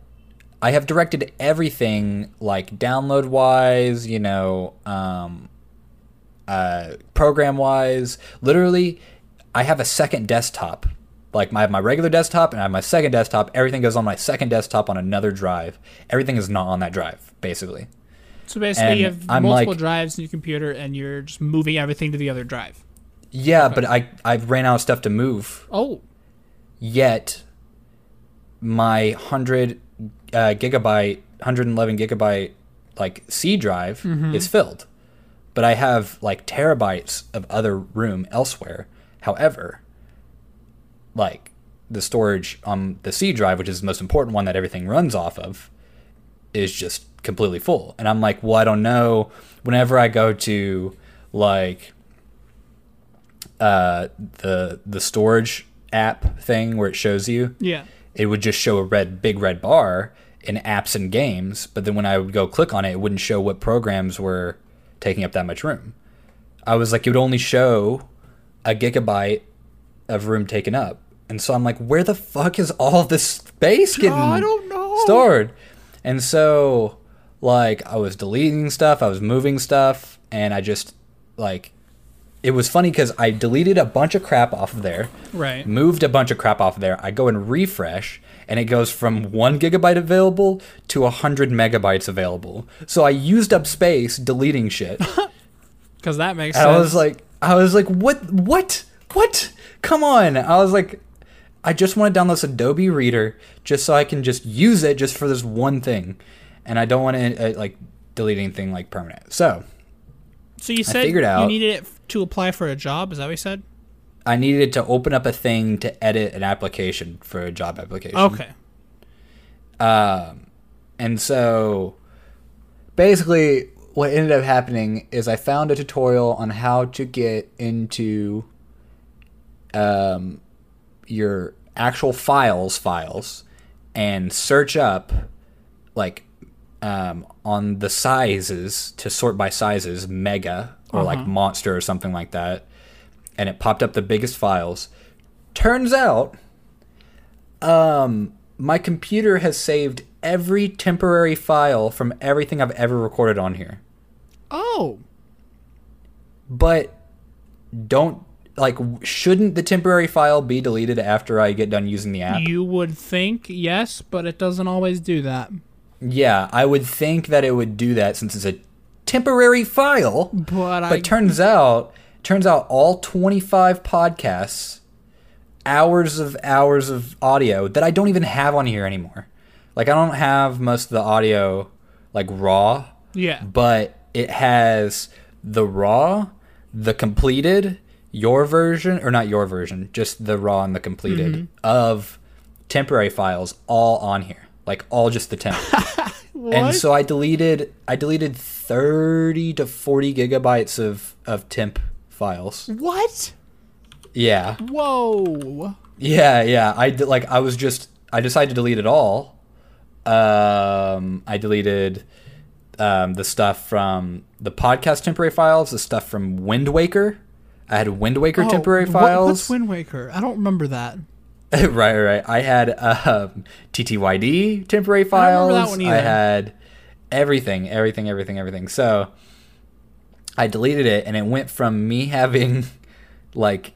[SPEAKER 3] I have directed everything like download wise, you know, um, uh, program wise. Literally, I have a second desktop. Like my, my regular desktop and I have my second desktop. Everything goes on my second desktop on another drive. Everything is not on that drive, basically.
[SPEAKER 2] So basically, you
[SPEAKER 3] And
[SPEAKER 2] have
[SPEAKER 3] I'm
[SPEAKER 2] multiple
[SPEAKER 3] like-
[SPEAKER 2] drives in your computer, and you're just moving everything to the other drive.
[SPEAKER 3] Yeah, but I I ran out of stuff to move.
[SPEAKER 2] Oh,
[SPEAKER 3] Yet my hundred uh, gigabyte, hundred and eleven gigabyte like C drive is filled, but I have like terabytes of other room elsewhere. However, like the storage on the C drive, which is the most important one that everything runs off of, is just completely full. And I'm like, well, I don't know. Whenever I go to like uh, the the storage app thing where it shows you,
[SPEAKER 2] yeah.
[SPEAKER 3] it would just show a red big red bar in apps and games. But then when I would go click on it, it wouldn't show what programs were taking up that much room. I was like, it would only show a gigabyte of room taken up. And so I'm like, where the fuck is all this space getting
[SPEAKER 2] I don't know.
[SPEAKER 3] stored? And so, like, I was deleting stuff, I was moving stuff, and I just, like, it was funny because I deleted a bunch of crap off of there,
[SPEAKER 2] Right.
[SPEAKER 3] moved a bunch of crap off of there. I go and refresh, and it goes from one gigabyte available to 100 megabytes available. So I used up space deleting shit.
[SPEAKER 2] Because that makes
[SPEAKER 3] And
[SPEAKER 2] sense.
[SPEAKER 3] I was like, I was like, what, what, what? Come on! I was like, I just want to download this Adobe Reader just so I can just use it just for this one thing, and I don't want to uh, like delete anything like permanent. So
[SPEAKER 2] so you said
[SPEAKER 3] figured
[SPEAKER 2] you
[SPEAKER 3] out-
[SPEAKER 2] needed it f- to apply for a job. Is that what you said?
[SPEAKER 3] I needed to open up a thing to edit an application for a job application.
[SPEAKER 2] Okay.
[SPEAKER 3] And so basically what ended up happening is I found a tutorial on how to get into um, your actual files files and search up like um, on the sizes to sort by sizes mega or like monster or something like that and it popped up the biggest files turns out my computer has saved every temporary file from everything I've ever recorded on here.
[SPEAKER 2] Oh.
[SPEAKER 3] But don't like w- shouldn't the temporary file be deleted after I get done using the app?
[SPEAKER 2] You would think yes, but it doesn't always do that.
[SPEAKER 3] yeah, I would think that it would do that since it's a temporary file.
[SPEAKER 2] But, I
[SPEAKER 3] But turns out turns out all 25 podcasts hours of hours of audio that I don't even have on here anymore. Like I don't have most of the audio like raw
[SPEAKER 2] yeah.
[SPEAKER 3] but it has the raw, the completed, your version or not your version, just the raw and the completed of temporary files all on here, like all just the temp. and so I deleted I deleted 30 to 40 gigabytes of of temp files.
[SPEAKER 2] Mm. What?
[SPEAKER 3] Yeah.
[SPEAKER 2] Whoa.
[SPEAKER 3] Yeah, yeah. I d- like I was just I decided to delete it all. Um, I deleted um, the stuff from the podcast temporary files, the stuff from Wind Waker. I had Wind Waker temporary
[SPEAKER 2] Oh, what-
[SPEAKER 3] files.
[SPEAKER 2] what's Wind Waker? I don't remember that.
[SPEAKER 3] right, right. I had um, TTYD temporary
[SPEAKER 2] don't
[SPEAKER 3] files.
[SPEAKER 2] remember that one either.
[SPEAKER 3] had everything, everything, everything, everything. So I deleted it, and it went from me having like,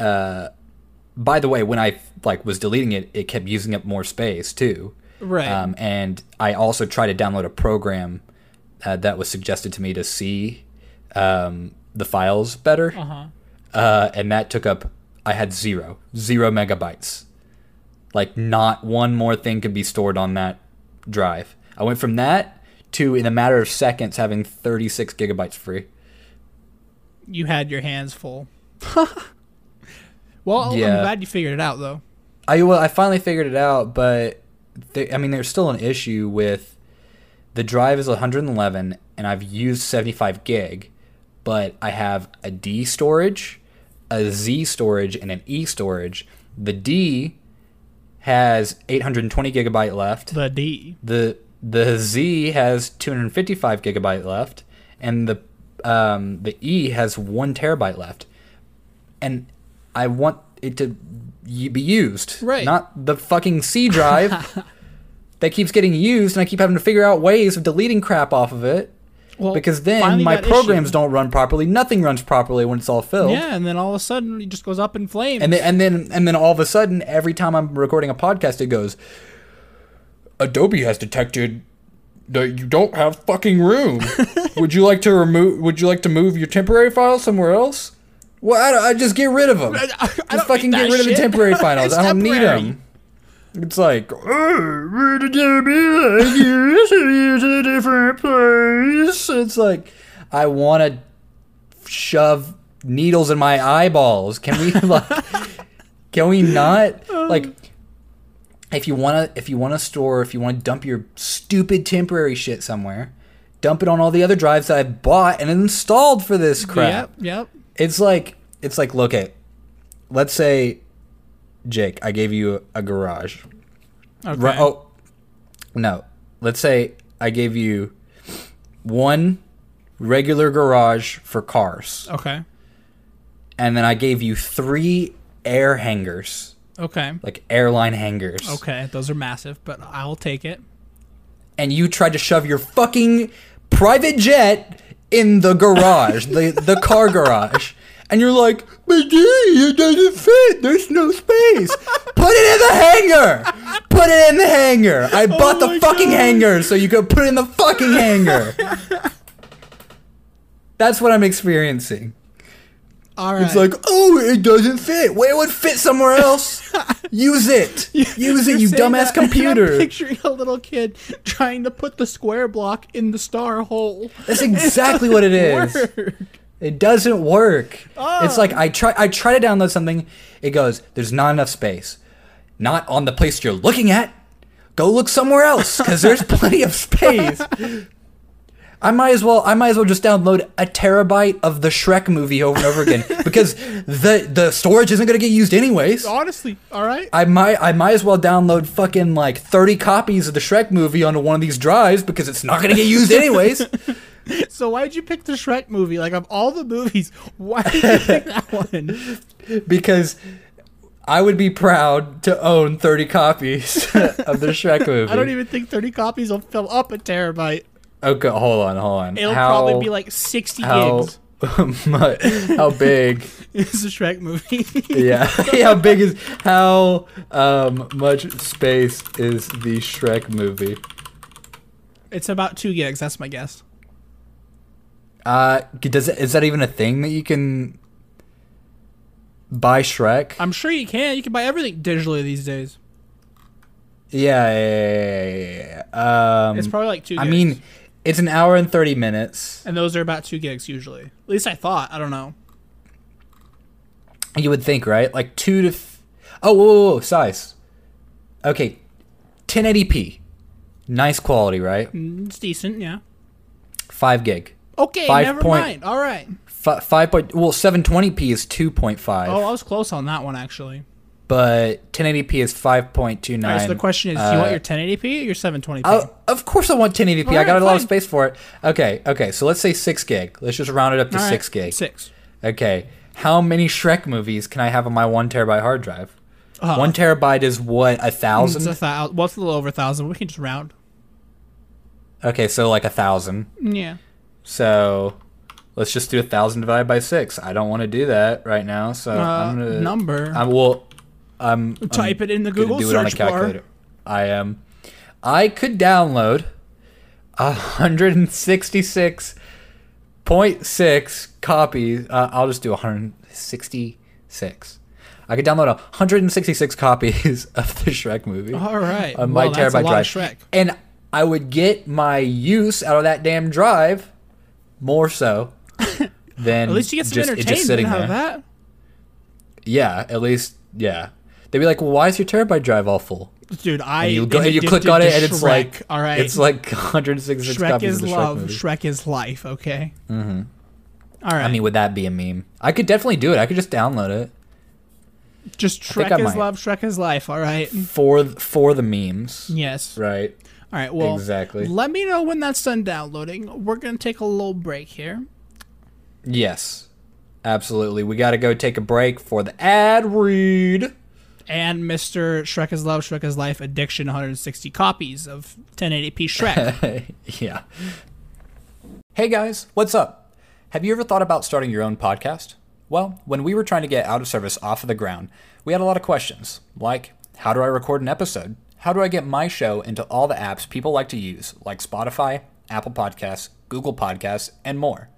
[SPEAKER 3] uh, by the way, when I like was deleting it, it kept using up more space too.
[SPEAKER 2] Right.
[SPEAKER 3] Um, and I also tried to download a program uh, that was suggested to me to see um, the files better. Uh-huh. and that took up, I had zero, zero megabytes. Like, not one more thing could be stored on that drive. I went from that to, in a matter of seconds, having 36 gigabytes free.
[SPEAKER 2] you had your hands full. well, I'm
[SPEAKER 3] Yeah.
[SPEAKER 2] glad you figured it out though.
[SPEAKER 3] I well, I finally figured it out, but they, I mean, there's still an issue with the drive is 111, and I've used 75 gig, but I have a D storage, a Z storage, and an E storage. The D has 820 gigabyte left.
[SPEAKER 2] The D.
[SPEAKER 3] the the Z has 255 gigabyte left, and the um, the E has one terabyte left, and I want it to y- be used,
[SPEAKER 2] Right.
[SPEAKER 3] Not the fucking C drive that keeps getting used, and I keep having to figure out ways of deleting crap off of it
[SPEAKER 2] Well,
[SPEAKER 3] because then
[SPEAKER 2] finally
[SPEAKER 3] my
[SPEAKER 2] that issue-
[SPEAKER 3] programs don't run properly. Nothing runs properly when it's all filled.
[SPEAKER 2] Yeah, and then all of a sudden it just goes up in flames.
[SPEAKER 3] And then, and then and then all of a sudden, every time I'm recording a podcast, it goes. Adobe has detected that you don't have fucking room. would you like to remove? Would you like to move your temporary files somewhere else? Well, I, don't- I just get rid of them.
[SPEAKER 2] I
[SPEAKER 3] Just
[SPEAKER 2] don't
[SPEAKER 3] fucking
[SPEAKER 2] need
[SPEAKER 3] get
[SPEAKER 2] that
[SPEAKER 3] rid of the
[SPEAKER 2] shit.
[SPEAKER 3] temporary files.
[SPEAKER 2] It's
[SPEAKER 3] I don't need
[SPEAKER 2] temporary.
[SPEAKER 3] 'em. need them. It's like, oh, where did Adobe like you? This is a different place. It's like, I want to shove needles in my eyeballs. Can we like can we not like if you want to if you want to store if you want to dump your stupid temporary shit somewhere, dump it on all the other drives that I bought and installed for this crap.
[SPEAKER 2] Yep, yep.
[SPEAKER 3] It's like it's like look at let's say Jake, I gave you a garage.
[SPEAKER 2] Okay.
[SPEAKER 3] Ru- Oh, no. Let's say I gave you one regular garage for cars,
[SPEAKER 2] Okay.
[SPEAKER 3] and then I gave you three air hangars,
[SPEAKER 2] Okay.
[SPEAKER 3] like airline hangars.
[SPEAKER 2] Okay. Those are massive, but I'll take it.
[SPEAKER 3] And you tried to shove your fucking private jet in the garage, the the car garage. And you're like, but gee, it doesn't fit. There's no space. Put it in the hangar. Put it in the hangar. I bought
[SPEAKER 2] Oh my
[SPEAKER 3] the fucking
[SPEAKER 2] God.
[SPEAKER 3] hangar so you could put it in the fucking hangar. That's what I'm experiencing.
[SPEAKER 2] All right.
[SPEAKER 3] It's like, oh, it doesn't fit. Where it would fit somewhere else? Use it. Use it, you
[SPEAKER 2] You're saying
[SPEAKER 3] dumbass
[SPEAKER 2] that, and I'm
[SPEAKER 3] computer.
[SPEAKER 2] picturing a little kid trying to put the square block in the star hole.
[SPEAKER 3] That's exactly what it is.
[SPEAKER 2] Word.
[SPEAKER 3] It doesn't work.
[SPEAKER 2] Ah.
[SPEAKER 3] It's like I try I try to download something, it goes, there's not enough space. Not on the place you're looking at. Go look somewhere else cuz there's plenty of space. I might as well I might as well just download a terabyte of the Shrek movie over and over again because the the storage isn't going to get used anyways.
[SPEAKER 2] Honestly, all right.
[SPEAKER 3] I might I might as well download fucking like 30 copies of the Shrek movie onto one of these drives because it's not going to get used anyways.
[SPEAKER 2] So why'd you pick the Shrek movie? Like of all the movies, why did you pick that one?
[SPEAKER 3] because I would be proud to own 30 copies of the Shrek movie.
[SPEAKER 2] I don't even think 30 copies will fill up a terabyte.
[SPEAKER 3] Okay, hold on, hold on.
[SPEAKER 2] It'll
[SPEAKER 3] How-
[SPEAKER 2] probably be like 60
[SPEAKER 3] how
[SPEAKER 2] gigs.
[SPEAKER 3] much, how big?
[SPEAKER 2] It's a Shrek movie.
[SPEAKER 3] Yeah, how big is how um, much space is the Shrek movie?
[SPEAKER 2] It's about two gigs. That's my guess.
[SPEAKER 3] Uh, does it, is that even a thing that you can buy Shrek?
[SPEAKER 2] I'm sure you can. You can buy everything digitally these days.
[SPEAKER 3] Yeah, yeah, yeah, yeah, yeah. Um,
[SPEAKER 2] It's probably like two.
[SPEAKER 3] I
[SPEAKER 2] gigs.
[SPEAKER 3] mean, it's an hour and 30 minutes.
[SPEAKER 2] and those are about two gigs usually. At least I thought. I don't know.
[SPEAKER 3] You would think, right? Like two to. F- oh, whoa, whoa, whoa, size. Okay, 1080p. Nice quality, right?
[SPEAKER 2] Mm, It's decent, yeah.
[SPEAKER 3] Five gig.
[SPEAKER 2] Okay,
[SPEAKER 3] Five
[SPEAKER 2] never
[SPEAKER 3] point-
[SPEAKER 2] mind. All right.
[SPEAKER 3] F- five point. Well, 720p is 2.5,
[SPEAKER 2] Oh, I was close on that one actually.
[SPEAKER 3] but 1080p is 5.29.
[SPEAKER 2] All right, so the question is, do you want
[SPEAKER 3] Uh,
[SPEAKER 2] your 1080p or your 720p?
[SPEAKER 3] Oh, of course, I want 1080p. I
[SPEAKER 2] Alright,
[SPEAKER 3] got a lot of
[SPEAKER 2] fine.
[SPEAKER 3] space for it. Okay, okay. So let's say six gig. Let's just round it up to
[SPEAKER 2] All right,
[SPEAKER 3] six gig.
[SPEAKER 2] Six.
[SPEAKER 3] Okay. How many Shrek movies can I have on my one terabyte hard drive?
[SPEAKER 2] Uh,
[SPEAKER 3] one terabyte is what a
[SPEAKER 2] It's a
[SPEAKER 3] thousand.
[SPEAKER 2] thousand. Well, it's a little over a thousand. We can just round.
[SPEAKER 3] Okay, so like a thousand.
[SPEAKER 2] Yeah.
[SPEAKER 3] So let's just do a thousand divided by six. I don't want to do that right now, so I'm gonna
[SPEAKER 2] Uh, number.
[SPEAKER 3] I will. I'm
[SPEAKER 2] Type it in the
[SPEAKER 3] gonna
[SPEAKER 2] Google
[SPEAKER 3] do it on a
[SPEAKER 2] search bar.
[SPEAKER 3] calculator. I am. I could download hundred and sixty-six point six copies. Uh, I'll just do one hundred sixty-six. I could download 166 copies of the Shrek movie
[SPEAKER 2] All right.
[SPEAKER 3] on
[SPEAKER 2] well,
[SPEAKER 3] my
[SPEAKER 2] that's a
[SPEAKER 3] terabyte
[SPEAKER 2] lot of
[SPEAKER 3] drive,
[SPEAKER 2] Shrek.
[SPEAKER 3] and I would get my use out of that damn drive more so than
[SPEAKER 2] At least you get some
[SPEAKER 3] just, it
[SPEAKER 2] entertainment
[SPEAKER 3] just sitting
[SPEAKER 2] out
[SPEAKER 3] there.
[SPEAKER 2] of that.
[SPEAKER 3] Yeah, at least yeah. They'd be like, "Well, why is your terabyte drive all full?"
[SPEAKER 2] Dude, I
[SPEAKER 3] And you go
[SPEAKER 2] am
[SPEAKER 3] and you click
[SPEAKER 2] addicted
[SPEAKER 3] on
[SPEAKER 2] to
[SPEAKER 3] it, and it's
[SPEAKER 2] Shrek,
[SPEAKER 3] like
[SPEAKER 2] all right,
[SPEAKER 3] it's like 166
[SPEAKER 2] Shrek
[SPEAKER 3] copies
[SPEAKER 2] is
[SPEAKER 3] of the Shrek
[SPEAKER 2] love,
[SPEAKER 3] movie.
[SPEAKER 2] Shrek is life. Okay. Mm-hmm. right,
[SPEAKER 3] I mean, would that be a meme? I could definitely do it. I could just download it
[SPEAKER 2] just
[SPEAKER 3] think I
[SPEAKER 2] Shrek is
[SPEAKER 3] might.
[SPEAKER 2] love, Shrek is life. All right.
[SPEAKER 3] for th- for the memes,
[SPEAKER 2] Yes.
[SPEAKER 3] right?
[SPEAKER 2] All right. Well,
[SPEAKER 3] Exactly.
[SPEAKER 2] Let me know when that's done downloading. We're gonna take a little break here.
[SPEAKER 3] Yes, absolutely. We got to go take a break for the ad read.
[SPEAKER 2] and Mr. Shrek is Love, Shrek is Life Addiction 160 copies of 1080p Shrek.
[SPEAKER 3] yeah. Hey guys, what's up? Have you ever thought about starting your own podcast? Well, when we were trying to get out of service off of the ground, we had a lot of questions like how do I record an episode? How do I get my show into all the apps people like to use, like Spotify, Apple Podcasts, Google Podcasts, and more?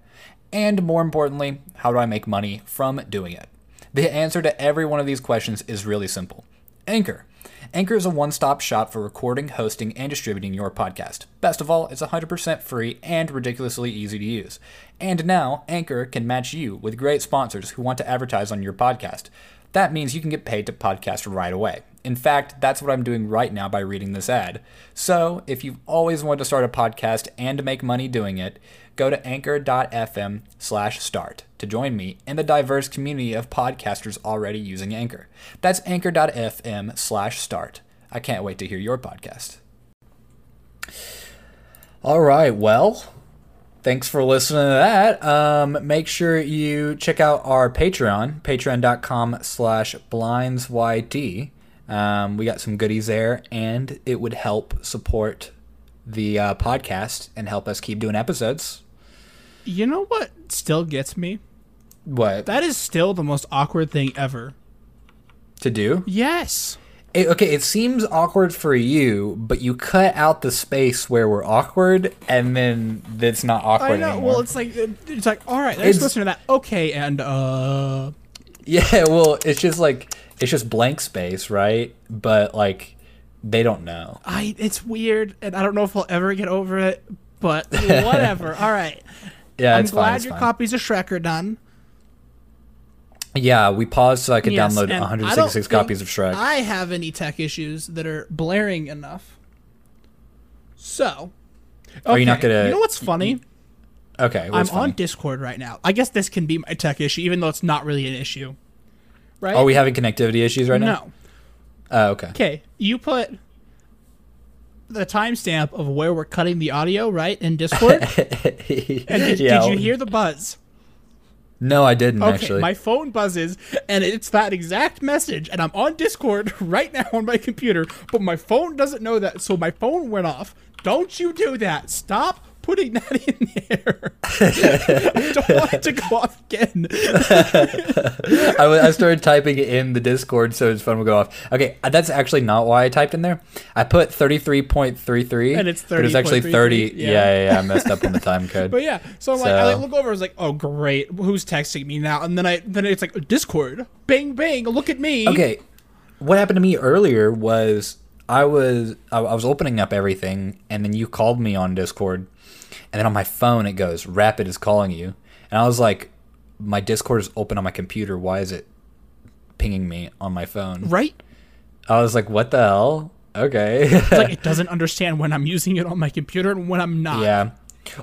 [SPEAKER 3] And more importantly, how do I make money from doing it? The answer to every one of these questions is really simple Anchor. Anchor is a one stop shop for recording, hosting, and distributing your podcast. Best of all, it's 100% free and ridiculously easy to use. And now, Anchor can match you with great sponsors who want to advertise on your podcast. That means you can get paid to podcast right away. In fact, that's what I'm doing right now by reading this ad. So, if you've always wanted to start a podcast and to make money doing it, go to anchor.fm slash start to join me and the diverse community of podcasters already using Anchor. That's anchor.fm slash start. I can't wait to hear your podcast. All right, well, thanks for listening to that um, make sure you check out our patreon patreon.com slash blindsyt um, we got some goodies there and it would help support the uh, podcast and help us keep doing episodes
[SPEAKER 2] you know what still gets me?
[SPEAKER 3] what
[SPEAKER 2] That is still the most awkward thing ever.
[SPEAKER 3] to do
[SPEAKER 2] Yes.
[SPEAKER 3] It- okay it seems awkward for you but you cut out the space where we're awkward and then it's not awkward
[SPEAKER 2] I know.
[SPEAKER 3] anymore
[SPEAKER 2] Well, it's like it's like all right.
[SPEAKER 3] It's-
[SPEAKER 2] Let's listen to that. Okay, and uh,
[SPEAKER 3] Yeah, well, it's just like it's just blank space, right? But like they don't know.
[SPEAKER 2] I it's weird, and I don't know if I'll ever get over it. But whatever. all right.
[SPEAKER 3] Yeah,
[SPEAKER 2] I'm
[SPEAKER 3] it's
[SPEAKER 2] glad
[SPEAKER 3] fine. It's
[SPEAKER 2] your
[SPEAKER 3] fine.
[SPEAKER 2] copies of Shrek are done.
[SPEAKER 3] yeah, we paused so I could
[SPEAKER 2] Yes,
[SPEAKER 3] download
[SPEAKER 2] and I don't
[SPEAKER 3] 166
[SPEAKER 2] think
[SPEAKER 3] copies of Shrek.
[SPEAKER 2] I have any tech issues that are blaring enough. So, okay.
[SPEAKER 3] Are you not gonna-
[SPEAKER 2] You know what's funny?
[SPEAKER 3] okay,
[SPEAKER 2] I'm
[SPEAKER 3] what's funny?
[SPEAKER 2] on Discord right now. I guess this can be my tech issue, even though it's not really an issue. Right?
[SPEAKER 3] Are we having connectivity issues right now?
[SPEAKER 2] no.
[SPEAKER 3] Oh, okay.
[SPEAKER 2] Okay, you put the timestamp of where we're cutting the audio right in Discord. And did,
[SPEAKER 3] Yeah,
[SPEAKER 2] did you hear the buzz?
[SPEAKER 3] No, I didn't
[SPEAKER 2] Okay,
[SPEAKER 3] actually.
[SPEAKER 2] my phone buzzes, and it's that exact message, and I'm on Discord right now on my computer, but my phone doesn't know that, so my phone went off. Don't you do that. Stop putting that in there. I don't want it to go off again.
[SPEAKER 3] I, w- I started typing it in the Discord so his phone would go off. Okay, uh, that's actually not why I typed in there. I put 33.33
[SPEAKER 2] And it's
[SPEAKER 3] but it's actually 30.
[SPEAKER 2] 30.33,
[SPEAKER 3] Yeah.
[SPEAKER 2] yeah.
[SPEAKER 3] yeah, yeah, I messed up on the time code.
[SPEAKER 2] But yeah, so I'm like, I
[SPEAKER 3] So-
[SPEAKER 2] like, look over, I was like, oh great, who's texting me now? And then I, then it's like Discord, bang bang, look at me.
[SPEAKER 3] Okay, what happened to me earlier was I was I I was opening up everything, and then you called me on Discord, and then on my phone it goes Rapid is calling you, and I was like, my Discord is open on my computer. Why is it pinging me on my phone?
[SPEAKER 2] right?
[SPEAKER 3] I was like, what the hell? Okay.
[SPEAKER 2] It's like it doesn't understand when I'm using it on my computer and when I'm not.
[SPEAKER 3] Yeah.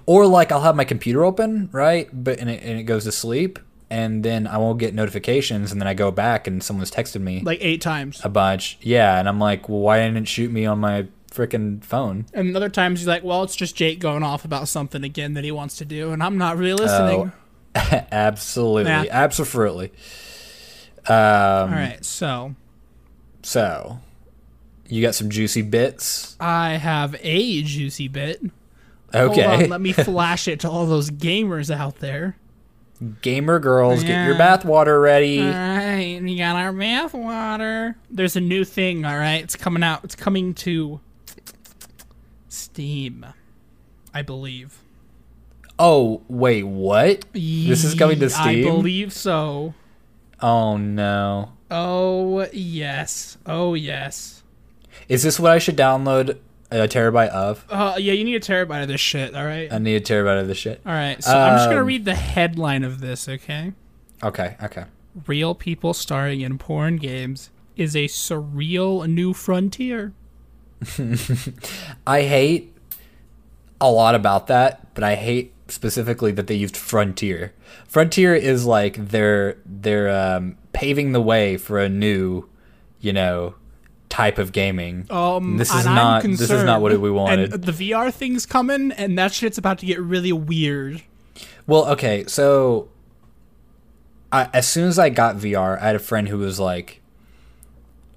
[SPEAKER 3] Or like I'll have my computer open, right? But and it, and it goes to sleep, and then I won't get notifications, and then I go back and someone's texted me
[SPEAKER 2] Like eight times.
[SPEAKER 3] a bunch. Yeah, and I'm like, well, why didn't it shoot me on my freaking phone?
[SPEAKER 2] And other times he's like, well, it's just Jake going off about something again that he wants to do, and I'm not really listening.
[SPEAKER 3] absolutely,
[SPEAKER 2] Yeah.
[SPEAKER 3] absolutely.
[SPEAKER 2] All
[SPEAKER 3] Um,
[SPEAKER 2] right, so
[SPEAKER 3] So, you got some juicy bits,
[SPEAKER 2] I have a juicy bit. Hold
[SPEAKER 3] okay?
[SPEAKER 2] on, let me flash it to all those gamers out there.
[SPEAKER 3] Gamer girls, get your
[SPEAKER 2] Yeah. Uh,
[SPEAKER 3] bath water ready.
[SPEAKER 2] All right, we got our bath water. There's a new thing, all right? It's coming out. It's coming to Steam, I believe.
[SPEAKER 3] oh wait, what? This is coming to
[SPEAKER 2] I
[SPEAKER 3] Steam?
[SPEAKER 2] believe so.
[SPEAKER 3] Oh no,
[SPEAKER 2] Oh, yes. Oh, yes.
[SPEAKER 3] is this what I should download a terabyte of?
[SPEAKER 2] Uh, yeah, you need a terabyte of this shit, all right?
[SPEAKER 3] I need a terabyte of this shit.
[SPEAKER 2] All right, so I'm just going to
[SPEAKER 3] Um,
[SPEAKER 2] read the headline of this, okay?
[SPEAKER 3] Okay, okay.
[SPEAKER 2] Real people starring in porn games is a surreal new frontier.
[SPEAKER 3] I hate a lot about that, but I hate specifically that they used frontier. Frontier is like they're they're um, paving the way for a new, you know, type of gaming.
[SPEAKER 2] Um,
[SPEAKER 3] this
[SPEAKER 2] and
[SPEAKER 3] is
[SPEAKER 2] I'm
[SPEAKER 3] not this is not what
[SPEAKER 2] concerned.
[SPEAKER 3] we wanted.
[SPEAKER 2] And uh, the VR thing's coming, and that shit's about to get really weird.
[SPEAKER 3] Well, okay, so I, as soon as I got VR, I had a friend who was like,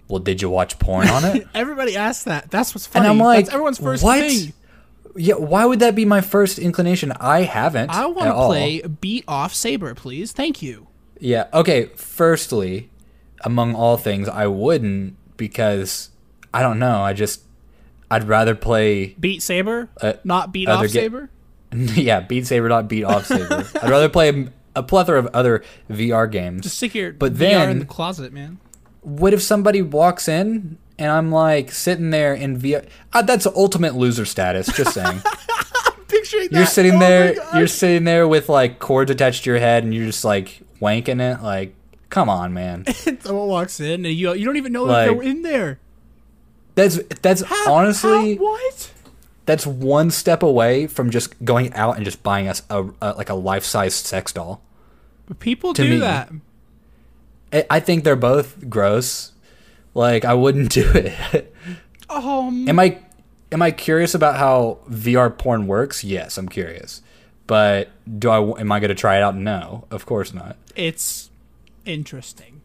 [SPEAKER 3] "Well, did you watch porn on it?"
[SPEAKER 2] Everybody asks that. That's what's
[SPEAKER 3] and
[SPEAKER 2] funny.
[SPEAKER 3] I'm like,
[SPEAKER 2] That's everyone's first
[SPEAKER 3] what?
[SPEAKER 2] thing.
[SPEAKER 3] Yeah, why would that be my first inclination? I haven't.
[SPEAKER 2] I want
[SPEAKER 3] at
[SPEAKER 2] to
[SPEAKER 3] all.
[SPEAKER 2] play Beat Off Saber, please. Thank you.
[SPEAKER 3] Yeah. Okay. Firstly, among all things, I wouldn't because I don't know. I just I'd rather play
[SPEAKER 2] Beat Saber,
[SPEAKER 3] Uh,
[SPEAKER 2] not Beat
[SPEAKER 3] other
[SPEAKER 2] Off
[SPEAKER 3] ga-
[SPEAKER 2] Saber.
[SPEAKER 3] yeah Beat Saber not Beat Off Saber. I'd rather play a, a plethora of other VR games.
[SPEAKER 2] Just stick your VR
[SPEAKER 3] But
[SPEAKER 2] in
[SPEAKER 3] then-
[SPEAKER 2] the closet, man.
[SPEAKER 3] what if somebody walks in and I'm like sitting there in VR? Uh, that's ultimate loser status. Just saying.
[SPEAKER 2] Picturing that.
[SPEAKER 3] you're sitting
[SPEAKER 2] Oh my
[SPEAKER 3] there.
[SPEAKER 2] God.
[SPEAKER 3] You're sitting there with like cords attached to your head, and you're just like wanking it. Like, come on, man.
[SPEAKER 2] Someone walks in, and you you don't even know that
[SPEAKER 3] Like-
[SPEAKER 2] they're in there.
[SPEAKER 3] That's that's
[SPEAKER 2] How-
[SPEAKER 3] honestly
[SPEAKER 2] how- what?
[SPEAKER 3] that's one step away from just going out and just buying us a, a like a life size sex doll.
[SPEAKER 2] People
[SPEAKER 3] To
[SPEAKER 2] do
[SPEAKER 3] me.
[SPEAKER 2] that.
[SPEAKER 3] I, I think they're both gross. Like, I wouldn't do it.
[SPEAKER 2] Um,
[SPEAKER 3] am I am I curious about how VR porn works? Yes, I'm curious. But do I am I going to try it out? No, of course not.
[SPEAKER 2] it's interesting.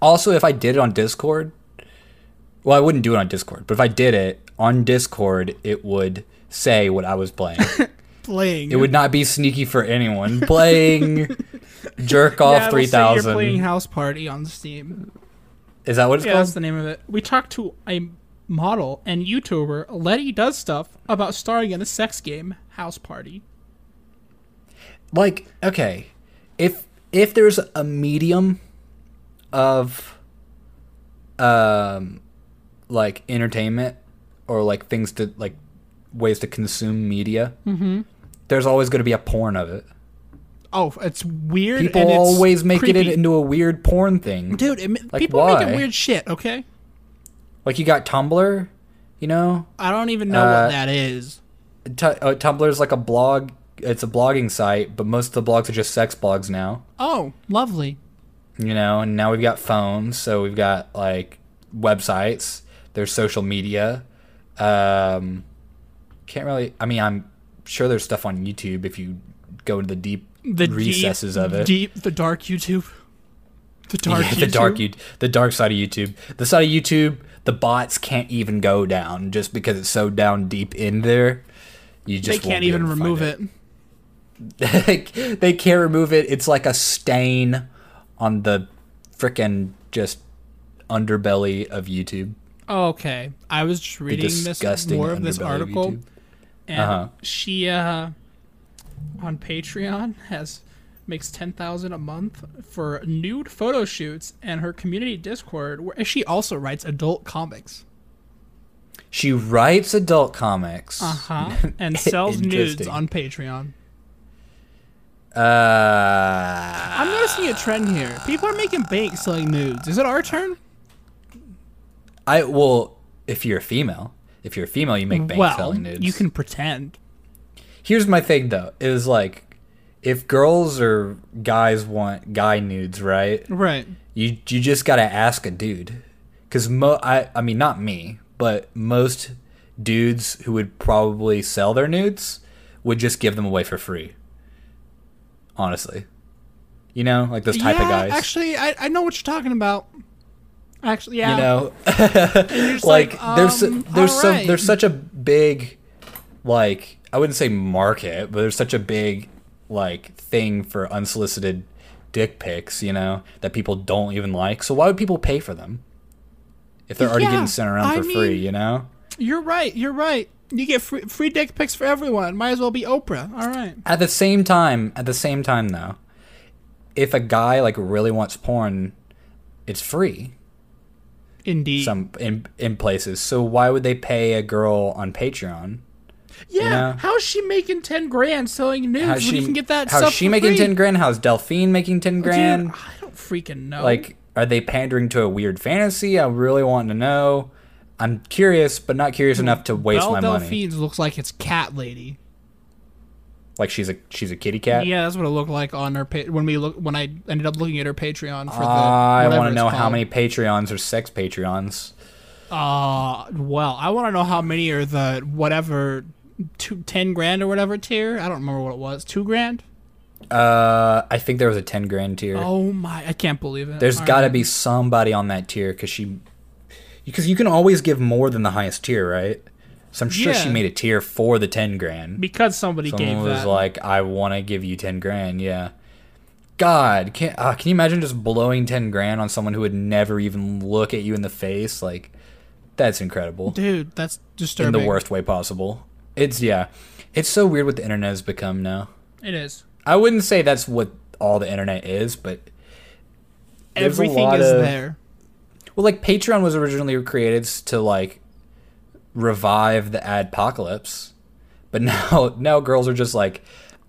[SPEAKER 3] Also, if I did it on Discord, well, I wouldn't do it on Discord. But if I did it on Discord, it would say what I was playing.
[SPEAKER 2] Playing.
[SPEAKER 3] it would not be sneaky for anyone playing jerk off
[SPEAKER 2] Yeah, it'll say
[SPEAKER 3] three
[SPEAKER 2] You're playing
[SPEAKER 3] thousand.
[SPEAKER 2] House Party on Steam.
[SPEAKER 3] Is that what it's
[SPEAKER 2] Yeah,
[SPEAKER 3] called?
[SPEAKER 2] that's the name of it. We talked to a model and YouTuber, Letty Does Stuff, about starring in the sex game House Party.
[SPEAKER 3] like okay if if there's a medium of um like entertainment or like things to like ways to consume media mm-hmm. there's always going to be a porn of it
[SPEAKER 2] Oh, it's weird.
[SPEAKER 3] people
[SPEAKER 2] and it's
[SPEAKER 3] always make
[SPEAKER 2] creepy.
[SPEAKER 3] it into a weird porn thing
[SPEAKER 2] Dude, it, ma-
[SPEAKER 3] Like,
[SPEAKER 2] people are making
[SPEAKER 3] why?
[SPEAKER 2] weird shit. Okay,
[SPEAKER 3] like you got tumblr you know
[SPEAKER 2] I don't even know
[SPEAKER 3] Uh,
[SPEAKER 2] what that is.
[SPEAKER 3] Tu uh, tumblr is like a blog it's a blogging site but most of the blogs are just sex blogs now
[SPEAKER 2] Oh, lovely.
[SPEAKER 3] you know and now we've got phones so we've got like websites there's social media um can't really i mean i'm sure there's stuff on youtube if you go to the deep
[SPEAKER 2] The deep-
[SPEAKER 3] recesses of it
[SPEAKER 2] Deep, the dark YouTube. The dark.
[SPEAKER 3] Yeah,
[SPEAKER 2] YouTube.
[SPEAKER 3] the dark you the dark side of youtube the side of youtube the bots can't even go down just because it's so down deep in there you
[SPEAKER 2] They
[SPEAKER 3] just won't
[SPEAKER 2] can't
[SPEAKER 3] be
[SPEAKER 2] even
[SPEAKER 3] able to
[SPEAKER 2] remove
[SPEAKER 3] find
[SPEAKER 2] it.
[SPEAKER 3] it. they can't remove it it's like a stain on the freaking just underbelly of youtube
[SPEAKER 2] Oh, Okay, I was just reading this
[SPEAKER 3] disgusting
[SPEAKER 2] more of this
[SPEAKER 3] underbelly of
[SPEAKER 2] article,
[SPEAKER 3] YouTube.
[SPEAKER 2] and
[SPEAKER 3] Uh-huh.
[SPEAKER 2] she uh, on Patreon has makes ten thousand a month for nude photo shoots and her community Discord, where she also writes adult comics.
[SPEAKER 3] She writes adult comics.
[SPEAKER 2] Uh huh, and sells nudes
[SPEAKER 3] Interesting.
[SPEAKER 2] on Patreon.
[SPEAKER 3] Uh,
[SPEAKER 2] I'm noticing a trend here. People are making bank selling nudes. Is it our turn?
[SPEAKER 3] I well, if you're a female, if you're a female, you make bank
[SPEAKER 2] well,
[SPEAKER 3] selling nudes.
[SPEAKER 2] you can pretend.
[SPEAKER 3] Here's my thing though: is like, if girls or guys want guy nudes, right?
[SPEAKER 2] Right.
[SPEAKER 3] You you just gotta ask a dude, because mo I I mean not me, but most dudes who would probably sell their nudes would just give them away for free. Honestly, you know, like those type
[SPEAKER 2] yeah,
[SPEAKER 3] of guys.
[SPEAKER 2] actually, I, I know what you're talking about. Actually, yeah.
[SPEAKER 3] you know
[SPEAKER 2] just
[SPEAKER 3] like,
[SPEAKER 2] like,
[SPEAKER 3] there's
[SPEAKER 2] um,
[SPEAKER 3] there's some
[SPEAKER 2] alright.
[SPEAKER 3] there's such a big like i wouldn't say market but there's such a big like thing for unsolicited dick pics you know that people don't even like so why would people pay for them if they're already
[SPEAKER 2] Yeah,
[SPEAKER 3] getting sent around
[SPEAKER 2] I
[SPEAKER 3] for free
[SPEAKER 2] mean-
[SPEAKER 3] you know
[SPEAKER 2] You're right. You're right. You get free, free dick pics for everyone. Might as well be Oprah. All right.
[SPEAKER 3] at the same time at the same time though if a guy like really wants porn it's free
[SPEAKER 2] Indeed.
[SPEAKER 3] some in, in places so why would they pay a girl on patreon
[SPEAKER 2] yeah.
[SPEAKER 3] know?
[SPEAKER 2] How's she making ten grand selling nudes
[SPEAKER 3] How's
[SPEAKER 2] when
[SPEAKER 3] she,
[SPEAKER 2] you can get that
[SPEAKER 3] how's
[SPEAKER 2] stuff
[SPEAKER 3] she
[SPEAKER 2] for
[SPEAKER 3] making
[SPEAKER 2] free?
[SPEAKER 3] 10 grand? How's Delphine making 10 grand?
[SPEAKER 2] Dude, I don't freaking know.
[SPEAKER 3] like, Are they pandering to a weird fantasy? I really want to know. I'm curious, but not curious enough to waste
[SPEAKER 2] Belle
[SPEAKER 3] my money.
[SPEAKER 2] Delphine looks like it's Cat Lady.
[SPEAKER 3] Like she's a she's a kitty cat.
[SPEAKER 2] Yeah, that's what it looked like on her pa- when we look when I ended up looking at her Patreon for the.
[SPEAKER 3] I
[SPEAKER 2] whatever
[SPEAKER 3] want to
[SPEAKER 2] it's
[SPEAKER 3] know how
[SPEAKER 2] called.
[SPEAKER 3] many Patreons are sex Patreons.
[SPEAKER 2] Uh, well, I want to know how many are the whatever, two, 10 grand or whatever tier. I don't remember what it was. Two grand?
[SPEAKER 3] Uh, I think there was a ten grand tier.
[SPEAKER 2] Oh my! I can't believe it.
[SPEAKER 3] There's
[SPEAKER 2] All
[SPEAKER 3] got to
[SPEAKER 2] right.
[SPEAKER 3] be somebody on that tier because she, because you can always give more than the highest tier, right? So I'm sure she
[SPEAKER 2] Yeah.
[SPEAKER 3] made a tier for the ten grand.
[SPEAKER 2] because somebody
[SPEAKER 3] Someone
[SPEAKER 2] gave
[SPEAKER 3] was
[SPEAKER 2] that.
[SPEAKER 3] like, "I want to give you ten grand." Yeah. God, can uh, can you imagine just blowing ten grand on someone who would never even look at you in the face? Like, that's incredible
[SPEAKER 2] Dude, that's
[SPEAKER 3] in
[SPEAKER 2] disturbing.
[SPEAKER 3] the worst way possible. It's yeah, it's so weird what the internet has become now.
[SPEAKER 2] It is.
[SPEAKER 3] I wouldn't say that's what all the internet is, but there's a
[SPEAKER 2] Everything
[SPEAKER 3] lot
[SPEAKER 2] is
[SPEAKER 3] of-
[SPEAKER 2] there.
[SPEAKER 3] Well, like Patreon was originally created s- to like revive the adpocalypse, but now now girls are just like,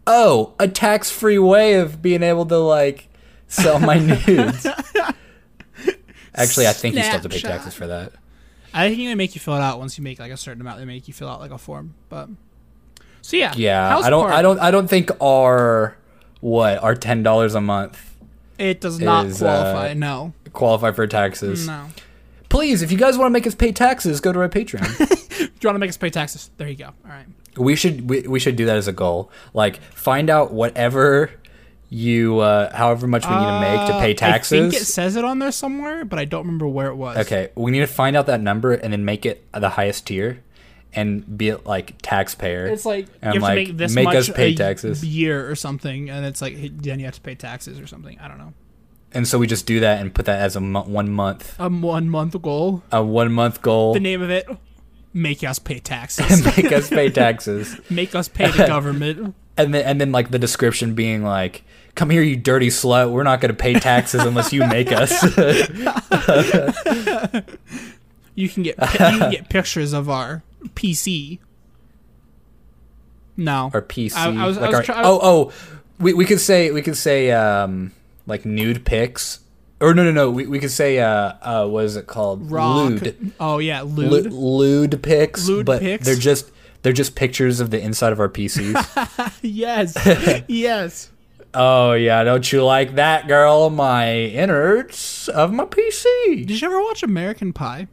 [SPEAKER 3] oh, a tax free way of being able to like sell my nudes. Actually, I think you still have to pay
[SPEAKER 2] Snapshot.
[SPEAKER 3] taxes for that.
[SPEAKER 2] I think they make you fill it out once you make like a certain amount. They make you fill out like a form, but so yeah,
[SPEAKER 3] Yeah,
[SPEAKER 2] House
[SPEAKER 3] I don't,
[SPEAKER 2] Party,
[SPEAKER 3] I don't, I don't think our what our ten dollars a month
[SPEAKER 2] It does not
[SPEAKER 3] is, uh,
[SPEAKER 2] qualify. no,
[SPEAKER 3] qualify for taxes.
[SPEAKER 2] no.
[SPEAKER 3] Please, if you guys want to make us pay taxes, go to our Patreon.
[SPEAKER 2] Do you want to make us pay taxes? There you go. All right.
[SPEAKER 3] We should we, we should do that as a goal. Like find out whatever you uh however much we need to make to
[SPEAKER 2] Uh,
[SPEAKER 3] pay
[SPEAKER 2] I think it
[SPEAKER 3] taxes.
[SPEAKER 2] says it on there somewhere, but I don't remember where it was.
[SPEAKER 3] Okay, we need to find out that number and then make it the highest tier and be it like taxpayer.
[SPEAKER 2] It's like
[SPEAKER 3] and
[SPEAKER 2] you have
[SPEAKER 3] like
[SPEAKER 2] to make this
[SPEAKER 3] make
[SPEAKER 2] much
[SPEAKER 3] us pay
[SPEAKER 2] a
[SPEAKER 3] taxes.
[SPEAKER 2] year or something, and it's like hey, then you have to pay taxes or something. I don't know.
[SPEAKER 3] and so we just do that and put that as a mo- one month
[SPEAKER 2] A one month goal.
[SPEAKER 3] a one month goal
[SPEAKER 2] The name of it: make us pay taxes.
[SPEAKER 3] and make us pay taxes.
[SPEAKER 2] make us pay the government.
[SPEAKER 3] And then and then like the description being like Come here, you dirty slut. We're not going to pay taxes unless you make us.
[SPEAKER 2] You can get pi- you can get pictures of our PC. No,
[SPEAKER 3] our PC.
[SPEAKER 2] I- I was- I
[SPEAKER 3] like
[SPEAKER 2] was
[SPEAKER 3] our,
[SPEAKER 2] try-
[SPEAKER 3] oh, oh, we, we could say we could say um like nude pics. Or no, no, no. We, we could say uh uh what is it called?
[SPEAKER 2] raw. co-
[SPEAKER 3] Lewd.
[SPEAKER 2] oh yeah,
[SPEAKER 3] Lu-
[SPEAKER 2] lewd.
[SPEAKER 3] lewd pics.
[SPEAKER 2] Lewd
[SPEAKER 3] but
[SPEAKER 2] pics?
[SPEAKER 3] they're just they're just pictures of the inside of our PCs.
[SPEAKER 2] yes, yes.
[SPEAKER 3] oh yeah, don't you like that, girl? My innards of my PC.
[SPEAKER 2] Did you ever watch American Pie?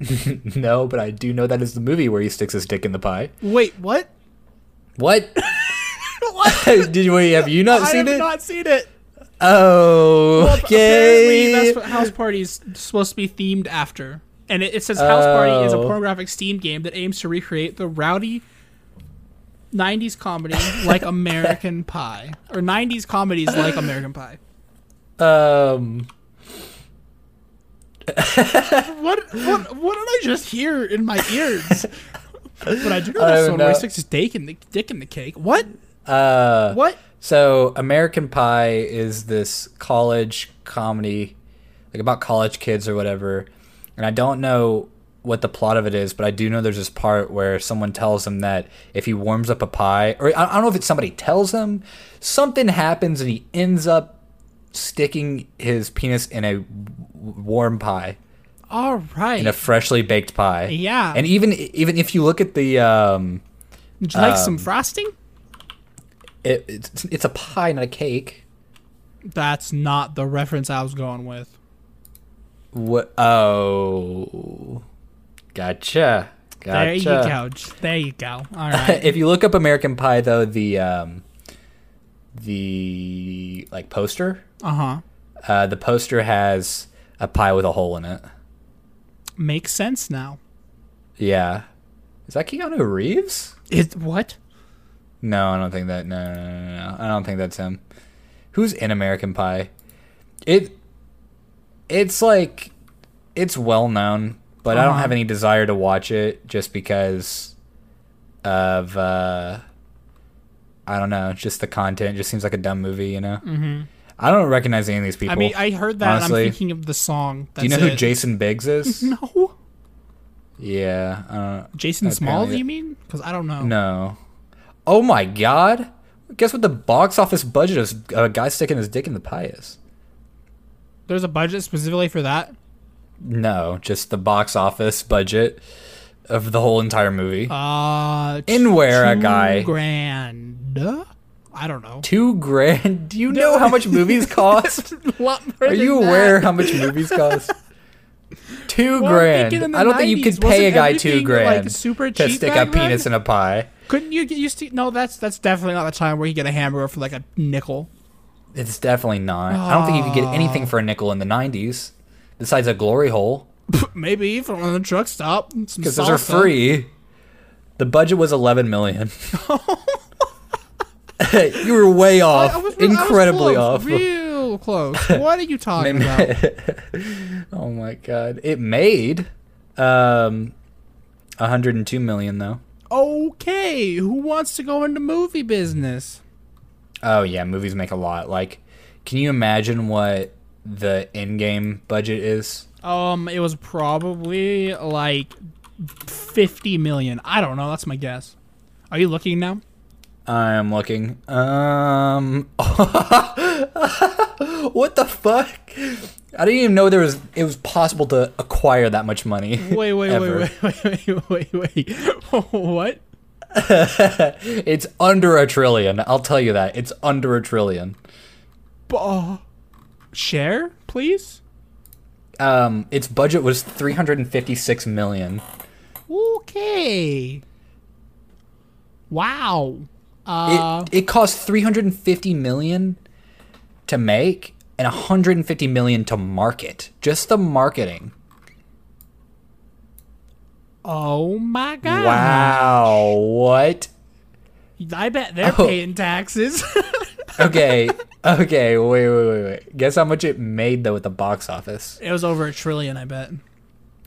[SPEAKER 3] No, but I do know that is the movie where he sticks his dick in the pie.
[SPEAKER 2] Wait, what?
[SPEAKER 3] What?
[SPEAKER 2] what?
[SPEAKER 3] Did you wait, have you not
[SPEAKER 2] I
[SPEAKER 3] seen
[SPEAKER 2] have
[SPEAKER 3] it?
[SPEAKER 2] not seen it.
[SPEAKER 3] oh,
[SPEAKER 2] Well,
[SPEAKER 3] okay.
[SPEAKER 2] Apparently, that's what house parties supposed to be themed after. And it, it says House Party is a
[SPEAKER 3] Oh.
[SPEAKER 2] pornographic Steam game that aims to recreate the rowdy 90s comedy like American Pie. Or 90s comedies like American Pie.
[SPEAKER 3] um
[SPEAKER 2] What what what did I just hear in my ears? but I do know
[SPEAKER 3] I
[SPEAKER 2] there's
[SPEAKER 3] don't
[SPEAKER 2] someone where he
[SPEAKER 3] know.
[SPEAKER 2] sticks his dick in the, dick in the cake. What?
[SPEAKER 3] uh
[SPEAKER 2] What?
[SPEAKER 3] So American Pie is this college comedy, like about college kids or whatever. And I don't know what the plot of it is, but I do know there's this part where someone tells him that if he warms up a pie, or I I don't know if it's somebody tells him, something happens and he ends up sticking his penis in a w- warm pie,
[SPEAKER 2] All right.
[SPEAKER 3] in a freshly baked pie.
[SPEAKER 2] Yeah.
[SPEAKER 3] And even even if you look at the um,
[SPEAKER 2] Would you like some frosting?
[SPEAKER 3] it, it's it's a pie, not a cake.
[SPEAKER 2] That's not the reference I was going with.
[SPEAKER 3] What? Oh, gotcha. Gotcha.
[SPEAKER 2] There you go. There you go. All right.
[SPEAKER 3] if you look up American Pie, though, the um, the like poster,
[SPEAKER 2] Uh huh.
[SPEAKER 3] uh, the poster has a pie with a hole in it.
[SPEAKER 2] Makes sense now.
[SPEAKER 3] Yeah, is that Keanu Reeves?
[SPEAKER 2] Is what?
[SPEAKER 3] No, I don't think that. No, no, no, no, no. I don't think that's him. Who's in American Pie? It. It's like, it's well known, but I don't
[SPEAKER 2] Uh-huh.
[SPEAKER 3] have any desire to watch it just because of. uh I don't know. Just the content. It just seems like a dumb movie, you know. Mm-hmm. I don't recognize any of these people.
[SPEAKER 2] I mean, I heard that. and I'm
[SPEAKER 3] Honestly.
[SPEAKER 2] thinking of the song. That's
[SPEAKER 3] Do you know who
[SPEAKER 2] it.
[SPEAKER 3] Jason Biggs is?
[SPEAKER 2] No.
[SPEAKER 3] Yeah. I don't,
[SPEAKER 2] Jason Small?
[SPEAKER 3] Apparently-
[SPEAKER 2] You mean? Because I don't know.
[SPEAKER 3] No. Oh my god. Guess what the box office budget of a guy sticking his dick in the pie is?
[SPEAKER 2] There's a budget specifically for that.
[SPEAKER 3] No, just the box office budget of the whole entire movie.
[SPEAKER 2] Uh, t-
[SPEAKER 3] In where a
[SPEAKER 2] two
[SPEAKER 3] guy-
[SPEAKER 2] grand. I don't know.
[SPEAKER 3] Two grand? Do you know how much movies cost?
[SPEAKER 2] A lot more
[SPEAKER 3] Are
[SPEAKER 2] than
[SPEAKER 3] you
[SPEAKER 2] that.
[SPEAKER 3] aware how much movies cost? Two
[SPEAKER 2] Well, I'm
[SPEAKER 3] grand.
[SPEAKER 2] thinking in the
[SPEAKER 3] I don't think you could
[SPEAKER 2] 90s, wasn't
[SPEAKER 3] pay a guy
[SPEAKER 2] everything,
[SPEAKER 3] two
[SPEAKER 2] like,
[SPEAKER 3] grand
[SPEAKER 2] super
[SPEAKER 3] to
[SPEAKER 2] cheap
[SPEAKER 3] stick a
[SPEAKER 2] back then?
[SPEAKER 3] penis in a pie.
[SPEAKER 2] Couldn't you get used to? No, that's that's definitely not the time where you get a hamburger for like a nickel.
[SPEAKER 3] It's definitely not. I don't think you could get
[SPEAKER 2] Ah.
[SPEAKER 3] anything for a nickel in the '90s, besides a glory hole,
[SPEAKER 2] Maybe from a truck stop. Some
[SPEAKER 3] because those are
[SPEAKER 2] salsa.
[SPEAKER 3] free. The budget was 11 million. you were way
[SPEAKER 2] I-
[SPEAKER 3] off,
[SPEAKER 2] I was- I was
[SPEAKER 3] incredibly
[SPEAKER 2] close,
[SPEAKER 3] off.
[SPEAKER 2] Real close. What are you talking about?
[SPEAKER 3] oh my god! It made um, 102 million though.
[SPEAKER 2] Okay, who wants to go into movie business?
[SPEAKER 3] Oh yeah, movies make a lot. Like, can you imagine what the in-game budget is?
[SPEAKER 2] Um, it was probably like fifty million. I don't know. That's my guess. Are you looking now?
[SPEAKER 3] I'm looking. Um, what the fuck? I didn't even know there was. It was possible to acquire that much money.
[SPEAKER 2] Wait, wait,
[SPEAKER 3] ever.
[SPEAKER 2] wait, wait, wait, wait, wait, wait. what?
[SPEAKER 3] It's under a trillion. I'll tell you that. It's under a trillion.
[SPEAKER 2] B- uh, share, please.
[SPEAKER 3] Um, its budget was 356 million.
[SPEAKER 2] Okay. Wow. Uh,
[SPEAKER 3] it, it cost 350 million to make and 150 million to market just the marketing
[SPEAKER 2] oh my god.
[SPEAKER 3] wow what
[SPEAKER 2] I bet they're
[SPEAKER 3] Oh.
[SPEAKER 2] paying taxes.
[SPEAKER 3] okay okay wait wait wait wait guess how much it made though at the box office
[SPEAKER 2] it was over a trillion, I bet.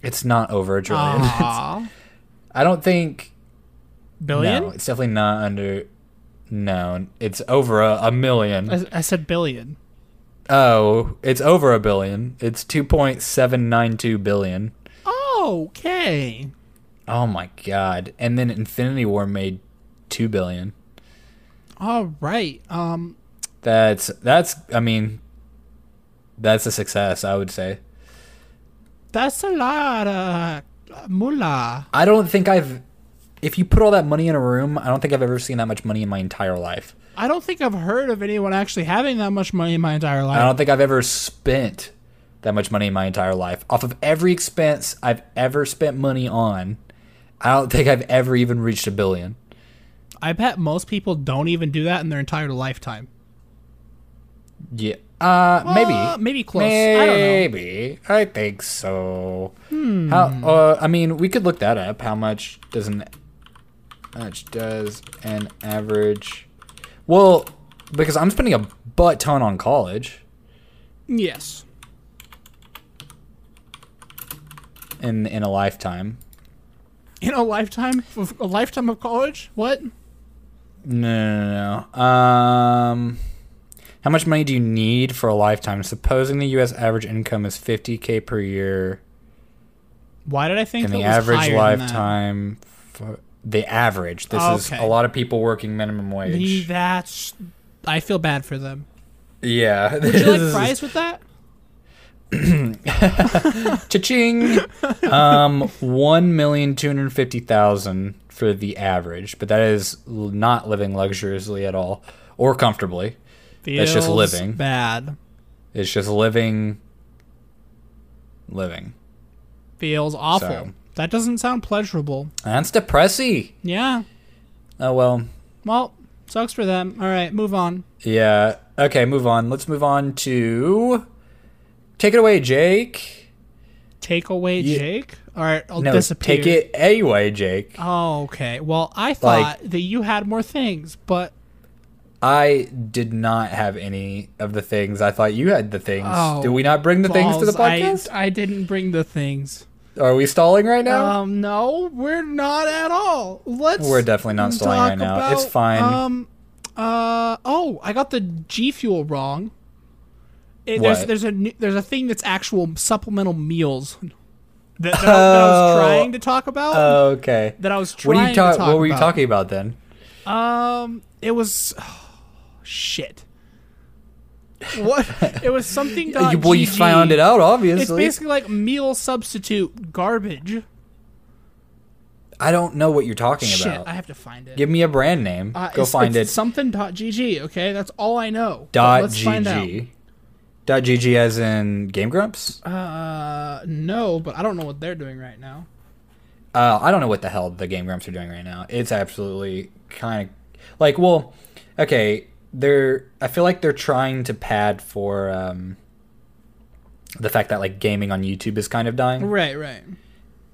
[SPEAKER 3] it's not over a trillion
[SPEAKER 2] Aw.
[SPEAKER 3] i don't think
[SPEAKER 2] Billion?
[SPEAKER 3] no it's definitely not under no it's over a, a million
[SPEAKER 2] I, I said billion.
[SPEAKER 3] oh it's over a billion it's 2.792 billion
[SPEAKER 2] Okay.
[SPEAKER 3] Oh my god! And then Infinity War made two billion.
[SPEAKER 2] All right. Um,
[SPEAKER 3] That's that's. I mean, that's a success. I would say.
[SPEAKER 2] that's a lot uh, of mullah.
[SPEAKER 3] I don't think I've. If you put all that money in a room, I don't think I've ever seen that much money in my entire life.
[SPEAKER 2] I don't think I've heard of anyone actually having that much money in my entire
[SPEAKER 3] I
[SPEAKER 2] life.
[SPEAKER 3] don't think I've ever spent that much money in my entire life. Off of every expense I've ever spent money on, I don't think I've ever even reached a billion.
[SPEAKER 2] I bet most people don't even do that in their entire lifetime.
[SPEAKER 3] Yeah. Uh,
[SPEAKER 2] Uh,
[SPEAKER 3] maybe.
[SPEAKER 2] maybe close. I don't know. Hmm.
[SPEAKER 3] Maybe. I think so. How? Uh, I mean, we could look that up. How much does an how much does an average? Well, because I'm spending a butt ton on college,
[SPEAKER 2] Yes.
[SPEAKER 3] in in a lifetime.
[SPEAKER 2] In a lifetime, a lifetime of college. What?
[SPEAKER 3] No, no, no. no. Um, how much money do you need for a lifetime? Supposing the U.S. average income is 50k per year.
[SPEAKER 2] Why did I think
[SPEAKER 3] and
[SPEAKER 2] that
[SPEAKER 3] the
[SPEAKER 2] was
[SPEAKER 3] average
[SPEAKER 2] higher than that?
[SPEAKER 3] lifetime for the average this is
[SPEAKER 2] Okay.
[SPEAKER 3] a lot of people working minimum wage
[SPEAKER 2] Me, that's. I feel bad for them.
[SPEAKER 3] yeah would
[SPEAKER 2] Do you like fries with that?
[SPEAKER 3] cha-ching um 1,250,000 for the average but that is l- not living luxuriously at all or comfortably
[SPEAKER 2] Feels
[SPEAKER 3] That's just living.
[SPEAKER 2] Bad.
[SPEAKER 3] it's just living living
[SPEAKER 2] Feels awful.
[SPEAKER 3] So-
[SPEAKER 2] That doesn't sound pleasurable.
[SPEAKER 3] that's depressing
[SPEAKER 2] Yeah.
[SPEAKER 3] oh well
[SPEAKER 2] Well, sucks for them. All right, move on.
[SPEAKER 3] Yeah. Okay, move on. Let's move on to Take it away, Jake.
[SPEAKER 2] Take away
[SPEAKER 3] Ye-
[SPEAKER 2] Jake. All right, I'll
[SPEAKER 3] No,
[SPEAKER 2] disappear.
[SPEAKER 3] take it away, Jake.
[SPEAKER 2] Oh, okay. Well, I
[SPEAKER 3] Like-
[SPEAKER 2] thought that you had more things, but
[SPEAKER 3] I did not have any of the things. I thought you had the things.
[SPEAKER 2] Oh,
[SPEAKER 3] did we not bring the things to the
[SPEAKER 2] balls, I-
[SPEAKER 3] podcast?
[SPEAKER 2] I, didn't bring the things.
[SPEAKER 3] Are we stalling right now?
[SPEAKER 2] Um, no, we're not at all. Let's.
[SPEAKER 3] We're definitely not stalling
[SPEAKER 2] talk
[SPEAKER 3] right now. It's fine.
[SPEAKER 2] Um, uh, oh, I got the G Fuel wrong. It, There's,
[SPEAKER 3] What?
[SPEAKER 2] there's a new- there's a thing that's actual supplemental meals that, that, I, that I was
[SPEAKER 3] Oh.
[SPEAKER 2] trying to talk about.
[SPEAKER 3] okay.
[SPEAKER 2] Um, that I was
[SPEAKER 3] What
[SPEAKER 2] trying
[SPEAKER 3] are you ta-
[SPEAKER 2] to talk
[SPEAKER 3] What were you
[SPEAKER 2] about.
[SPEAKER 3] talking about then?
[SPEAKER 2] Um, it was shit. What? It was something.
[SPEAKER 3] Yeah, you- well, you
[SPEAKER 2] GG.
[SPEAKER 3] found it out,
[SPEAKER 2] Uh, It's
[SPEAKER 3] obviously.
[SPEAKER 2] basically like meal substitute garbage.
[SPEAKER 3] I don't know what you're talking
[SPEAKER 2] Shit,
[SPEAKER 3] about.
[SPEAKER 2] I have to find it.
[SPEAKER 3] Give me a brand name.
[SPEAKER 2] Uh,
[SPEAKER 3] Go
[SPEAKER 2] it's-
[SPEAKER 3] find
[SPEAKER 2] it's
[SPEAKER 3] it.
[SPEAKER 2] Something.gg. Okay, that's all I know. but
[SPEAKER 3] dot
[SPEAKER 2] let's find out.
[SPEAKER 3] gg. Dot gg as in Game Grumps.
[SPEAKER 2] Uh, no, but I don't know what they're doing right now.
[SPEAKER 3] Uh, I don't know what the hell the Game Grumps are doing right now. It's absolutely kind of like, well, okay, they're. I feel like they're trying to pad for um, the fact that like gaming on YouTube is kind of dying.
[SPEAKER 2] Right, right.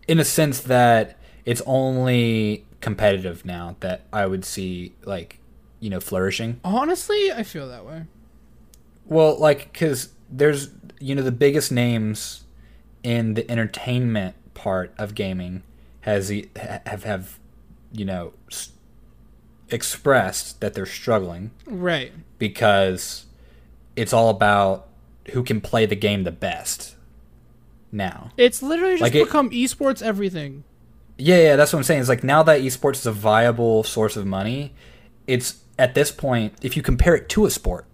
[SPEAKER 3] in a sense that it's only competitive now that I would see like you know flourishing.
[SPEAKER 2] Honestly, I feel that way.
[SPEAKER 3] Well, like because there's you know the biggest names in the entertainment part of gaming has e- ha- have have you know s- expressed that they're struggling
[SPEAKER 2] Right.
[SPEAKER 3] because it's all about who can play the game the best now.
[SPEAKER 2] It's literally just
[SPEAKER 3] Like it-
[SPEAKER 2] become esports everything.
[SPEAKER 3] Yeah, yeah, that's what I'm saying. It's like now that esports is a viable source of money, it's at this point, if you compare it to a sport.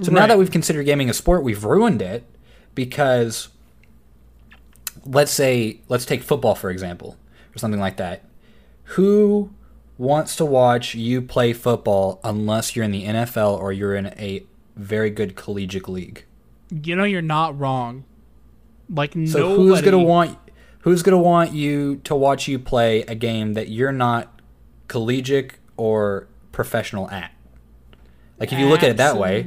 [SPEAKER 3] So now
[SPEAKER 2] Right.
[SPEAKER 3] that we've considered gaming a sport, we've ruined it because let's say, let's take football for example, or something like that. Who wants to watch you play football unless you're in the NFL or you're in a very good collegiate league?
[SPEAKER 2] You know, you're not wrong. Like
[SPEAKER 3] So
[SPEAKER 2] nobody.
[SPEAKER 3] who's gonna want who's gonna want you to watch you play a game that you're not collegiate or professional at? Like if you look at it that way,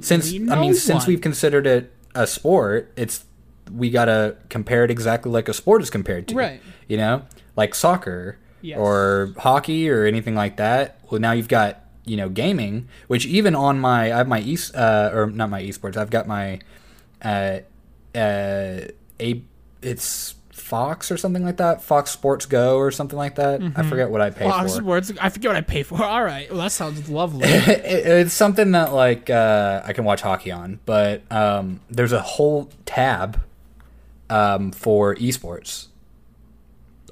[SPEAKER 3] since
[SPEAKER 2] Absolutely
[SPEAKER 3] I
[SPEAKER 2] no
[SPEAKER 3] mean since
[SPEAKER 2] one.
[SPEAKER 3] we've considered it a sport, it's we gotta compare it exactly like a sport is compared to.
[SPEAKER 2] Right.
[SPEAKER 3] You know, like soccer
[SPEAKER 2] Yes.
[SPEAKER 3] or hockey or anything like that. Well, now you've got you know gaming, which even on my I have my e uh, or not my esports. I've got my uh, uh, a it's Fox or something like that. Fox Sports Go or something like that. I forget what I pay
[SPEAKER 2] Wow,
[SPEAKER 3] for.
[SPEAKER 2] this is words. I forget what I pay for. All right. Well, that sounds lovely.
[SPEAKER 3] It- it's something that like uh, I can watch hockey on, but um, there's a whole tab um, for esports.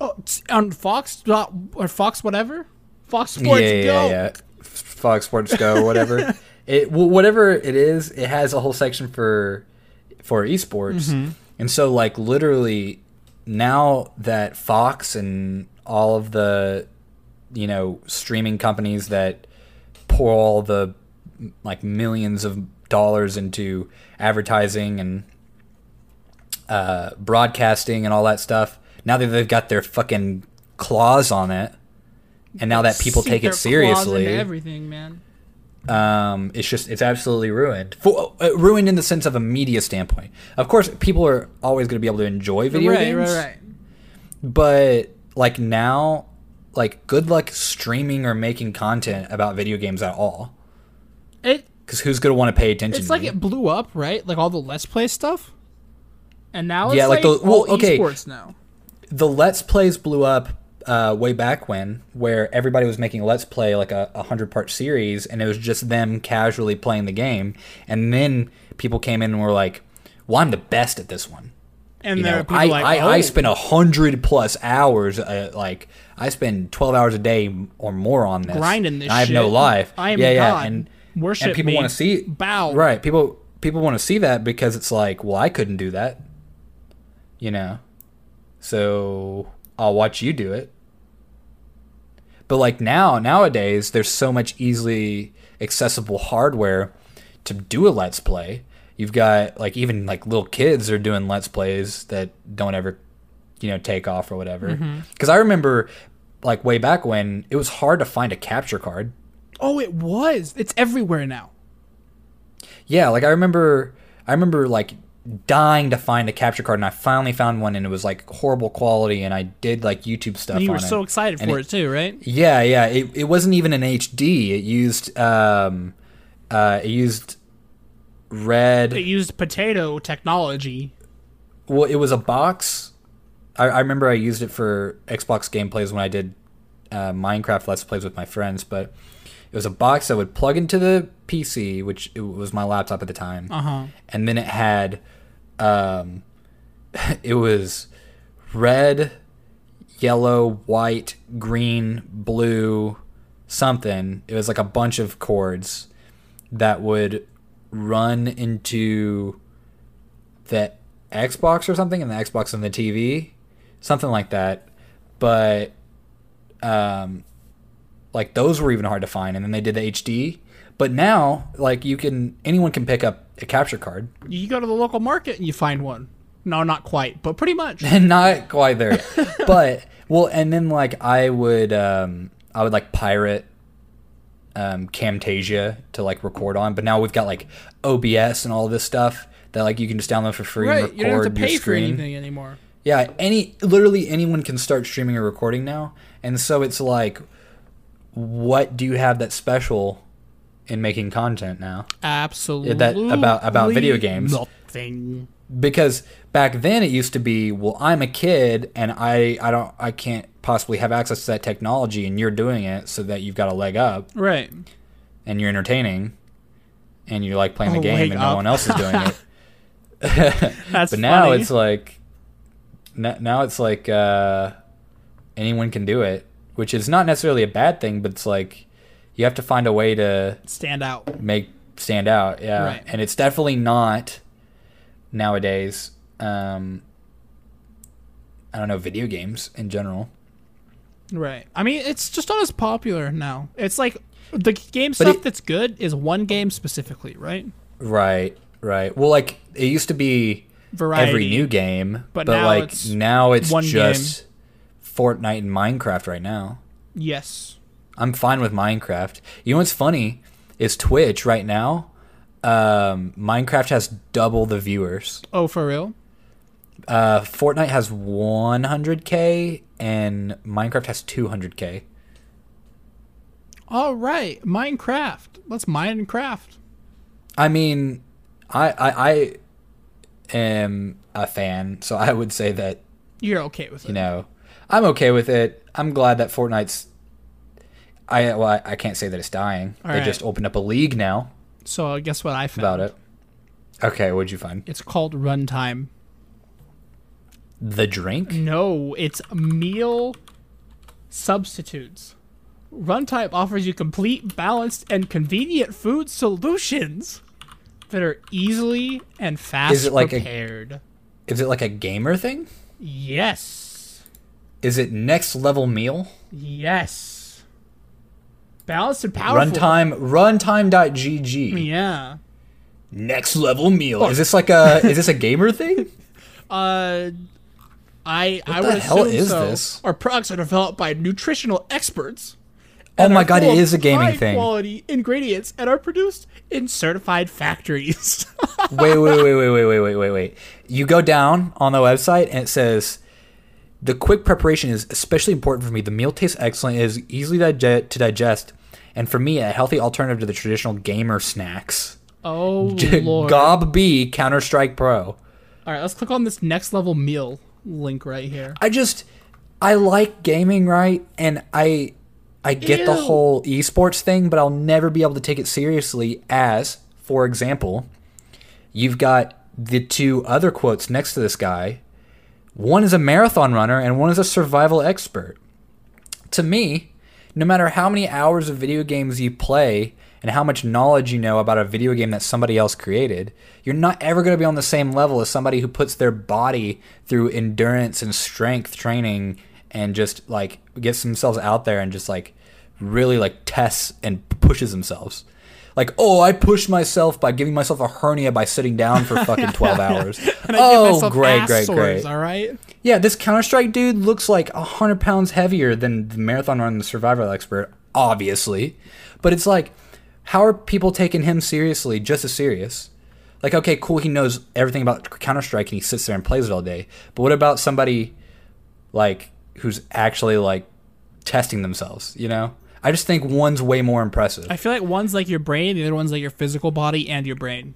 [SPEAKER 2] oh, it's on Fox dot- or Fox whatever. Fox Sports
[SPEAKER 3] yeah, yeah,
[SPEAKER 2] Go.
[SPEAKER 3] yeah, yeah. Fox Sports Go, whatever. it wh- whatever it is, it has a whole section for for esports,
[SPEAKER 2] Mm-hmm.
[SPEAKER 3] and so like literally now that Fox and all of the you know streaming companies that pour all the like millions of dollars into advertising and uh, broadcasting and all that stuff. Now that they've got their fucking claws on it, and now that people
[SPEAKER 2] Sink
[SPEAKER 3] take
[SPEAKER 2] their
[SPEAKER 3] it
[SPEAKER 2] claws
[SPEAKER 3] seriously,
[SPEAKER 2] into Everything, man.
[SPEAKER 3] um, it's just it's absolutely ruined. For, uh, ruined in the sense of a media standpoint. Of course, people are always going to be able to enjoy video
[SPEAKER 2] right,
[SPEAKER 3] games,
[SPEAKER 2] right, right.
[SPEAKER 3] but like now, like good luck streaming or making content about video games at all.
[SPEAKER 2] It
[SPEAKER 3] Because who's going to want to pay attention?
[SPEAKER 2] it's
[SPEAKER 3] to
[SPEAKER 2] like
[SPEAKER 3] you?
[SPEAKER 2] it blew up, right? Like all the Let's Play stuff. And now it's
[SPEAKER 3] Yeah,
[SPEAKER 2] like,
[SPEAKER 3] like the- well,
[SPEAKER 2] all
[SPEAKER 3] okay.
[SPEAKER 2] esports now.
[SPEAKER 3] the let's plays blew up uh, way back when where everybody was making let's play like a, a hundred part series and it was just them casually playing the game and then people came in and were like well i'm the best at this one
[SPEAKER 2] And
[SPEAKER 3] you
[SPEAKER 2] there
[SPEAKER 3] know,
[SPEAKER 2] are people
[SPEAKER 3] I,
[SPEAKER 2] like,
[SPEAKER 3] I,
[SPEAKER 2] oh,
[SPEAKER 3] I spend a hundred plus hours uh, like i spend 12 hours a day or more on this
[SPEAKER 2] grinding this.
[SPEAKER 3] and i have
[SPEAKER 2] shit.
[SPEAKER 3] no life
[SPEAKER 2] I am
[SPEAKER 3] yeah
[SPEAKER 2] God.
[SPEAKER 3] yeah and
[SPEAKER 2] worship
[SPEAKER 3] and people
[SPEAKER 2] me.
[SPEAKER 3] want to see
[SPEAKER 2] bow.
[SPEAKER 3] right people people want to see that because it's like well i couldn't do that you know so i'll watch you do it but like now nowadays there's so much easily accessible hardware to do a let's play you've got like even like little kids are doing let's plays that don't ever you know take off or whatever because
[SPEAKER 2] Mm-hmm.
[SPEAKER 3] i remember like way back when it was hard to find a capture card
[SPEAKER 2] Oh, it was. It's everywhere now.
[SPEAKER 3] Yeah, like I remember, I remember like dying to find a capture card, and I finally found one, and it was like horrible quality, and I did like YouTube stuff.
[SPEAKER 2] And you
[SPEAKER 3] on
[SPEAKER 2] were so
[SPEAKER 3] it.
[SPEAKER 2] excited
[SPEAKER 3] and
[SPEAKER 2] for it, too, right?
[SPEAKER 3] Yeah, yeah. It, it wasn't even an HD. It used um, uh, it used red.
[SPEAKER 2] It used potato technology.
[SPEAKER 3] well, it was a box. I, I remember I used it for Xbox gameplays when I did uh, Minecraft Let's Plays with my friends, but it was a box that would plug into the PC, which it was my laptop at the time,
[SPEAKER 2] Uh-huh.
[SPEAKER 3] and then it had, um, it was red, yellow, white, green, blue, something. It was like a bunch of chords that would run into the Xbox or something, and the Xbox and the TV, something like that. But um, like those were even hard to find, and then they did the HD. But now, like you can, anyone can pick up a capture card,
[SPEAKER 2] You go to the local market and you find one. No, not quite, but pretty much.
[SPEAKER 3] and not quite there, yet. but well, and then like I would, um, I would like pirate um, Camtasia to like record on, but now we've got like OBS and all this stuff that like you can just download for free and
[SPEAKER 2] right,
[SPEAKER 3] record
[SPEAKER 2] you don't have to
[SPEAKER 3] your
[SPEAKER 2] pay for
[SPEAKER 3] screen.
[SPEAKER 2] anything anymore.
[SPEAKER 3] Yeah, any literally anyone can start streaming or recording now, and so it's like, what do you have that's special in making content now?
[SPEAKER 2] Absolutely.
[SPEAKER 3] about- about video games.
[SPEAKER 2] Nothing.
[SPEAKER 3] Because back then it used to be, well, I'm a kid and I I don't I can't possibly have access to that technology, and you're doing it so that you've got a leg up
[SPEAKER 2] Right.
[SPEAKER 3] and you're entertaining, and you're like playing
[SPEAKER 2] A
[SPEAKER 3] the
[SPEAKER 2] leg
[SPEAKER 3] game and
[SPEAKER 2] up.
[SPEAKER 3] no one else is doing it.
[SPEAKER 2] That's
[SPEAKER 3] But now
[SPEAKER 2] funny.
[SPEAKER 3] it's like, n- now it's like uh, anyone can do it, which is not necessarily a bad thing, but it's like you have to find a way to
[SPEAKER 2] stand out.
[SPEAKER 3] make stand out. Yeah,
[SPEAKER 2] Right.
[SPEAKER 3] and it's definitely not nowadays. Um, I don't know video games in general,
[SPEAKER 2] Right. I mean, it's just not as popular now. It's like the game stuff
[SPEAKER 3] it-
[SPEAKER 2] that's good is one game specifically, right?
[SPEAKER 3] right? Right. Well, like it used to be
[SPEAKER 2] Variety.
[SPEAKER 3] every new game,
[SPEAKER 2] But
[SPEAKER 3] but,
[SPEAKER 2] now
[SPEAKER 3] like
[SPEAKER 2] it's
[SPEAKER 3] now it's
[SPEAKER 2] one
[SPEAKER 3] just Fortnite and Minecraft right now.
[SPEAKER 2] Yes.
[SPEAKER 3] I'm fine with Minecraft. You know what's funny is Twitch right now. Um, Minecraft has double the viewers.
[SPEAKER 2] Oh, for real?
[SPEAKER 3] Uh, Fortnite has 100k and Minecraft has 200k.
[SPEAKER 2] All right. Minecraft. Let's Minecraft.
[SPEAKER 3] I mean, I I, I am a fan, so I would say that
[SPEAKER 2] You're okay with it.
[SPEAKER 3] you know I'm okay with it. I'm glad that Fortnite's. I well, I, I can't say that it's dying.
[SPEAKER 2] All
[SPEAKER 3] they
[SPEAKER 2] right.
[SPEAKER 3] just opened up a league now
[SPEAKER 2] So uh, guess what I found?
[SPEAKER 3] about it. Okay, what'd you find?
[SPEAKER 2] It's called Runtime.
[SPEAKER 3] The drink.
[SPEAKER 2] No, it's meal substitutes. Runtime offers you complete, balanced, and convenient food solutions that are easily and fast
[SPEAKER 3] it like a-
[SPEAKER 2] prepared.
[SPEAKER 3] Is it like a gamer thing?
[SPEAKER 2] Yes.
[SPEAKER 3] Is it next level meal?
[SPEAKER 2] Yes. Balanced and powerful.
[SPEAKER 3] Runtime runtime.gg.
[SPEAKER 2] Yeah.
[SPEAKER 3] Next level meal. Is this like a is this a gamer thing?
[SPEAKER 2] Uh, I I
[SPEAKER 3] the
[SPEAKER 2] would
[SPEAKER 3] hell
[SPEAKER 2] assume
[SPEAKER 3] is
[SPEAKER 2] so.
[SPEAKER 3] this?
[SPEAKER 2] Our products are developed by nutritional experts.
[SPEAKER 3] Oh
[SPEAKER 2] and
[SPEAKER 3] my
[SPEAKER 2] are
[SPEAKER 3] god,
[SPEAKER 2] full
[SPEAKER 3] it
[SPEAKER 2] of
[SPEAKER 3] is a gaming thing.
[SPEAKER 2] High-quality ingredients and are produced in certified factories.
[SPEAKER 3] Wait, wait, wait, wait, wait, wait, wait, wait, wait. You go down on the website and it says the quick preparation is especially important for me. The meal tastes excellent, it is easily dige- to digest, and for me a healthy alternative to the traditional gamer snacks.
[SPEAKER 2] oh lord!
[SPEAKER 3] Gob B Counter Strike Pro.
[SPEAKER 2] All right, let's click on this next level meal link right here.
[SPEAKER 3] I just I like gaming, right? And I I get the
[SPEAKER 2] Ew.
[SPEAKER 3] whole esports thing, but I'll never be able to take it seriously as, for example, you've got the two other quotes next to this guy. One is a marathon runner and one is a survival expert. To me, no matter how many hours of video games you play and how much knowledge you know about a video game that somebody else created, you're not ever going to be on the same level as somebody who puts their body through endurance and strength training and just like gets themselves out there and just like really like tests and pushes themselves. Like, oh, I pushed myself by giving myself a hernia by sitting down for fucking 12 hours. oh,
[SPEAKER 2] Myself
[SPEAKER 3] great,
[SPEAKER 2] ass
[SPEAKER 3] great,
[SPEAKER 2] sores,
[SPEAKER 3] great.
[SPEAKER 2] All right.
[SPEAKER 3] Yeah, this Counter Strike dude looks like a hundred pounds heavier than the marathon runner and the survival expert, obviously. But it's like, how are people taking him seriously? Just as serious. Like, okay, cool, he knows everything about Counter Strike and he sits there and plays it all day. But what about somebody like who's actually like testing themselves? You know, I just think one's way more impressive.
[SPEAKER 2] I feel like one's like your brain, the other one's like your physical body and your brain.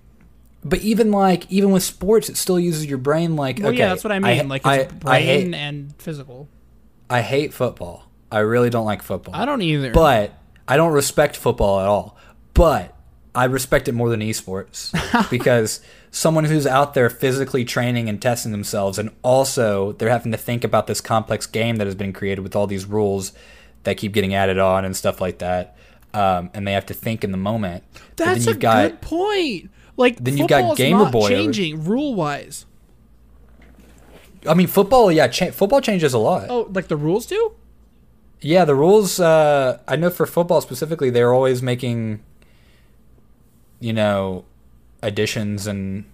[SPEAKER 3] but even like even with sports, it still uses your brain. Like,
[SPEAKER 2] Well,
[SPEAKER 3] okay,
[SPEAKER 2] yeah, that's what I mean. like
[SPEAKER 3] I,
[SPEAKER 2] it's
[SPEAKER 3] I hate-
[SPEAKER 2] brain and physical.
[SPEAKER 3] I hate football. I really don't like football.
[SPEAKER 2] I don't either.
[SPEAKER 3] But I don't respect football at all. But I respect it more than esports because someone who's out there physically training and testing themselves, and also they're having to think about this complex game that has been created with all these rules that keep getting added on and stuff like that. Um, and they have to think in the moment. But then
[SPEAKER 2] That's a
[SPEAKER 3] you've got-
[SPEAKER 2] good point. Like
[SPEAKER 3] Then you've got
[SPEAKER 2] football's
[SPEAKER 3] Gamer
[SPEAKER 2] not
[SPEAKER 3] Boy over-
[SPEAKER 2] changing rule wise.
[SPEAKER 3] I mean, football. Yeah, cha- football changes a lot.
[SPEAKER 2] Oh, like the rules do?
[SPEAKER 3] Yeah, the rules. Uh, I know for football specifically, they're always making, you know, additions and,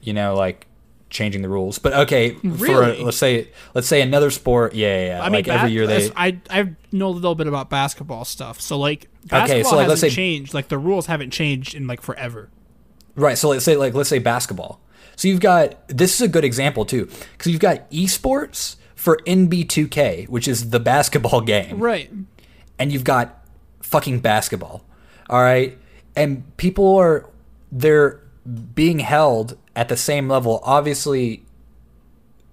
[SPEAKER 3] you know, like changing the rules. But okay,
[SPEAKER 2] Really?
[SPEAKER 3] for let's say let's say another sport. Yeah, yeah. yeah.
[SPEAKER 2] I mean,
[SPEAKER 3] like every
[SPEAKER 2] bas-
[SPEAKER 3] year they.
[SPEAKER 2] I I know a little bit about basketball stuff. So like basketball
[SPEAKER 3] so, like,
[SPEAKER 2] hasn't
[SPEAKER 3] let's say-
[SPEAKER 2] changed. Like the rules haven't changed in like forever.
[SPEAKER 3] Right. So let's say like let's say basketball. So you've got this is a good example too because you've got esports for NB2K, which is the basketball game.
[SPEAKER 2] Right.
[SPEAKER 3] and you've got fucking basketball. All right? And people are they're being held at the same level, obviously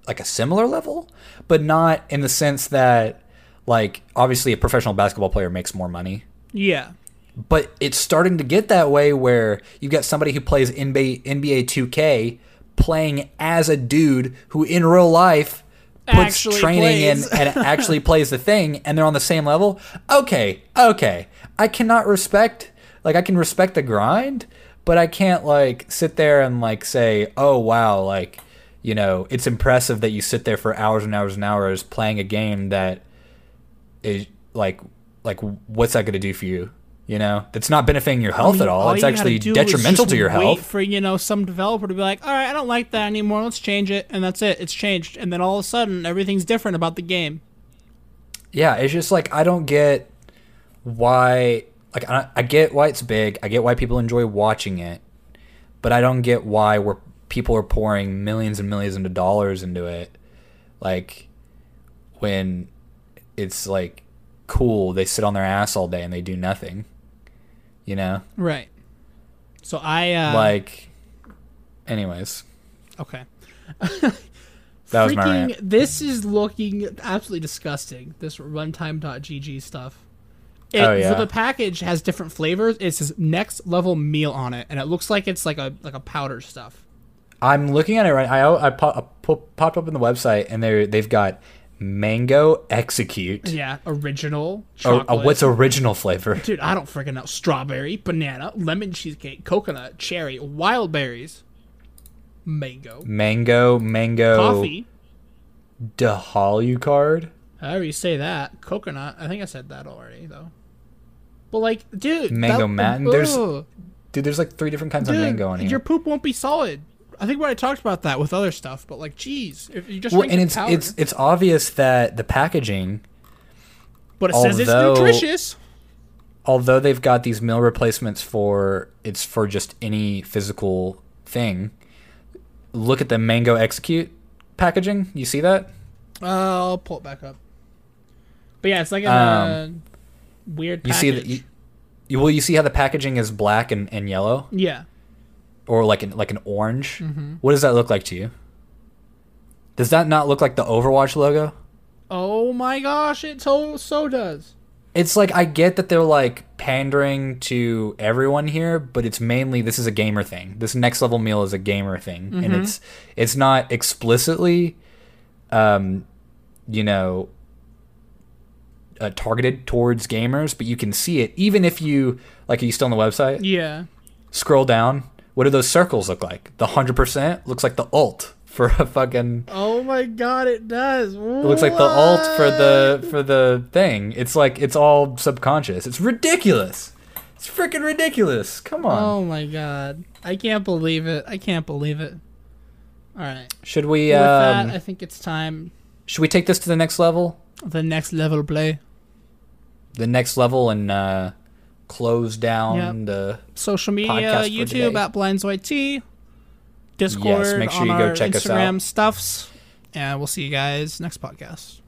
[SPEAKER 3] like a similar level, but not in the sense that like obviously a professional basketball player makes more money.
[SPEAKER 2] Yeah.
[SPEAKER 3] But it's starting to get that way where you've got somebody who plays NBA NBA 2K playing as a dude who in real life puts
[SPEAKER 2] Actually
[SPEAKER 3] training in
[SPEAKER 2] plays.
[SPEAKER 3] and actually plays the thing and they're on the same level. Okay, okay. I cannot respect like I can respect the grind, but I can't like sit there and like say, "Oh wow, like you know, it's impressive that you sit there for hours and hours and hours playing a game that is like like what's that going to do for you?" You know, that's not benefiting your health
[SPEAKER 2] You-
[SPEAKER 3] at all.
[SPEAKER 2] all
[SPEAKER 3] it's
[SPEAKER 2] you gotta
[SPEAKER 3] actually
[SPEAKER 2] do is
[SPEAKER 3] detrimental
[SPEAKER 2] just
[SPEAKER 3] to your
[SPEAKER 2] wait
[SPEAKER 3] health.
[SPEAKER 2] For you know, some developer to be like, all right, I don't like that anymore. Let's change it, and that's it. It's changed, and then all of a sudden, everything's different about the game.
[SPEAKER 3] Yeah, it's just like I don't get why. Like I, I get why it's big. I get why people enjoy watching it, but I don't get why we're people are pouring millions and millions of dollars into it. Like when it's like cool, they sit on their ass all day and they do nothing. You know,
[SPEAKER 2] Right. So I uh,
[SPEAKER 3] like. Anyways,
[SPEAKER 2] okay.
[SPEAKER 3] that was my
[SPEAKER 2] Freaking,
[SPEAKER 3] rant.
[SPEAKER 2] this is looking absolutely disgusting. This runtime.gg stuff. It,
[SPEAKER 3] Oh, yeah.
[SPEAKER 2] The package has different flavors. It says next level meal on it, and it looks like it's like a like a powder stuff.
[SPEAKER 3] I'm looking at it right. I I, pop, I po- popped up on the website and they they've got mango execute.
[SPEAKER 2] Yeah, original
[SPEAKER 3] Or,
[SPEAKER 2] chocolate.
[SPEAKER 3] uh, what's original flavor?
[SPEAKER 2] Dude, I don't freaking know. Strawberry, banana, lemon cheesecake, coconut, cherry, wild berries, mango,
[SPEAKER 3] Mango, mango,
[SPEAKER 2] coffee.
[SPEAKER 3] Dehalucard.
[SPEAKER 2] I already say that. Coconut. I think I said that already though. But like, dude, that,
[SPEAKER 3] Mango Mountain, there's
[SPEAKER 2] Ugh.
[SPEAKER 3] Dude, there's like three different kinds
[SPEAKER 2] dude,
[SPEAKER 3] of mango on here.
[SPEAKER 2] your poop won't be solid. I think we already talked about that with other stuff, but like, geez, if you just
[SPEAKER 3] Well,
[SPEAKER 2] drink
[SPEAKER 3] and
[SPEAKER 2] the
[SPEAKER 3] it's
[SPEAKER 2] powder-
[SPEAKER 3] it's it's obvious that the packaging,
[SPEAKER 2] but it says it's
[SPEAKER 3] although-
[SPEAKER 2] nutritious.
[SPEAKER 3] although they've got these meal replacements for it's for just any physical thing. Look at the mango execute packaging. You see that?
[SPEAKER 2] Uh, I'll pull it back up. But yeah, it's like a
[SPEAKER 3] Um,
[SPEAKER 2] weird.
[SPEAKER 3] You
[SPEAKER 2] Package.
[SPEAKER 3] see that? You, you, well, you see how the packaging is black and, and yellow,
[SPEAKER 2] yeah.
[SPEAKER 3] or like an like an orange. What does that look like to you? Does that not look like the Overwatch logo?
[SPEAKER 2] Oh my gosh, it so so does.
[SPEAKER 3] it's like I get that they're like pandering to everyone here, but it's mainly this is a gamer thing. This next level meal is a gamer thing, and it's it's not explicitly, um, you know, uh, targeted towards gamers, but you can see it even if you like. Are you still on the website?
[SPEAKER 2] Yeah.
[SPEAKER 3] Scroll down. What do those circles look like? The hundred percent looks like the alt for a fucking.
[SPEAKER 2] Oh my god, it does.
[SPEAKER 3] It looks like the alt for the for the thing. It's like it's all subconscious. It's ridiculous. It's freaking ridiculous. Come on.
[SPEAKER 2] Oh my god, I can't believe it. I can't believe it. All right.
[SPEAKER 3] should we
[SPEAKER 2] With
[SPEAKER 3] um,
[SPEAKER 2] that, I think it's time
[SPEAKER 3] should we take this to the next level?
[SPEAKER 2] the next level play.
[SPEAKER 3] The next level and uh, close down
[SPEAKER 2] Yep.
[SPEAKER 3] the
[SPEAKER 2] Social media,
[SPEAKER 3] Podcast for
[SPEAKER 2] YouTube
[SPEAKER 3] today.
[SPEAKER 2] at Blinds White Tea, Discord,
[SPEAKER 3] make sure
[SPEAKER 2] on
[SPEAKER 3] you go
[SPEAKER 2] our
[SPEAKER 3] check us out.
[SPEAKER 2] Instagram stuffs, and we'll see you guys next podcast.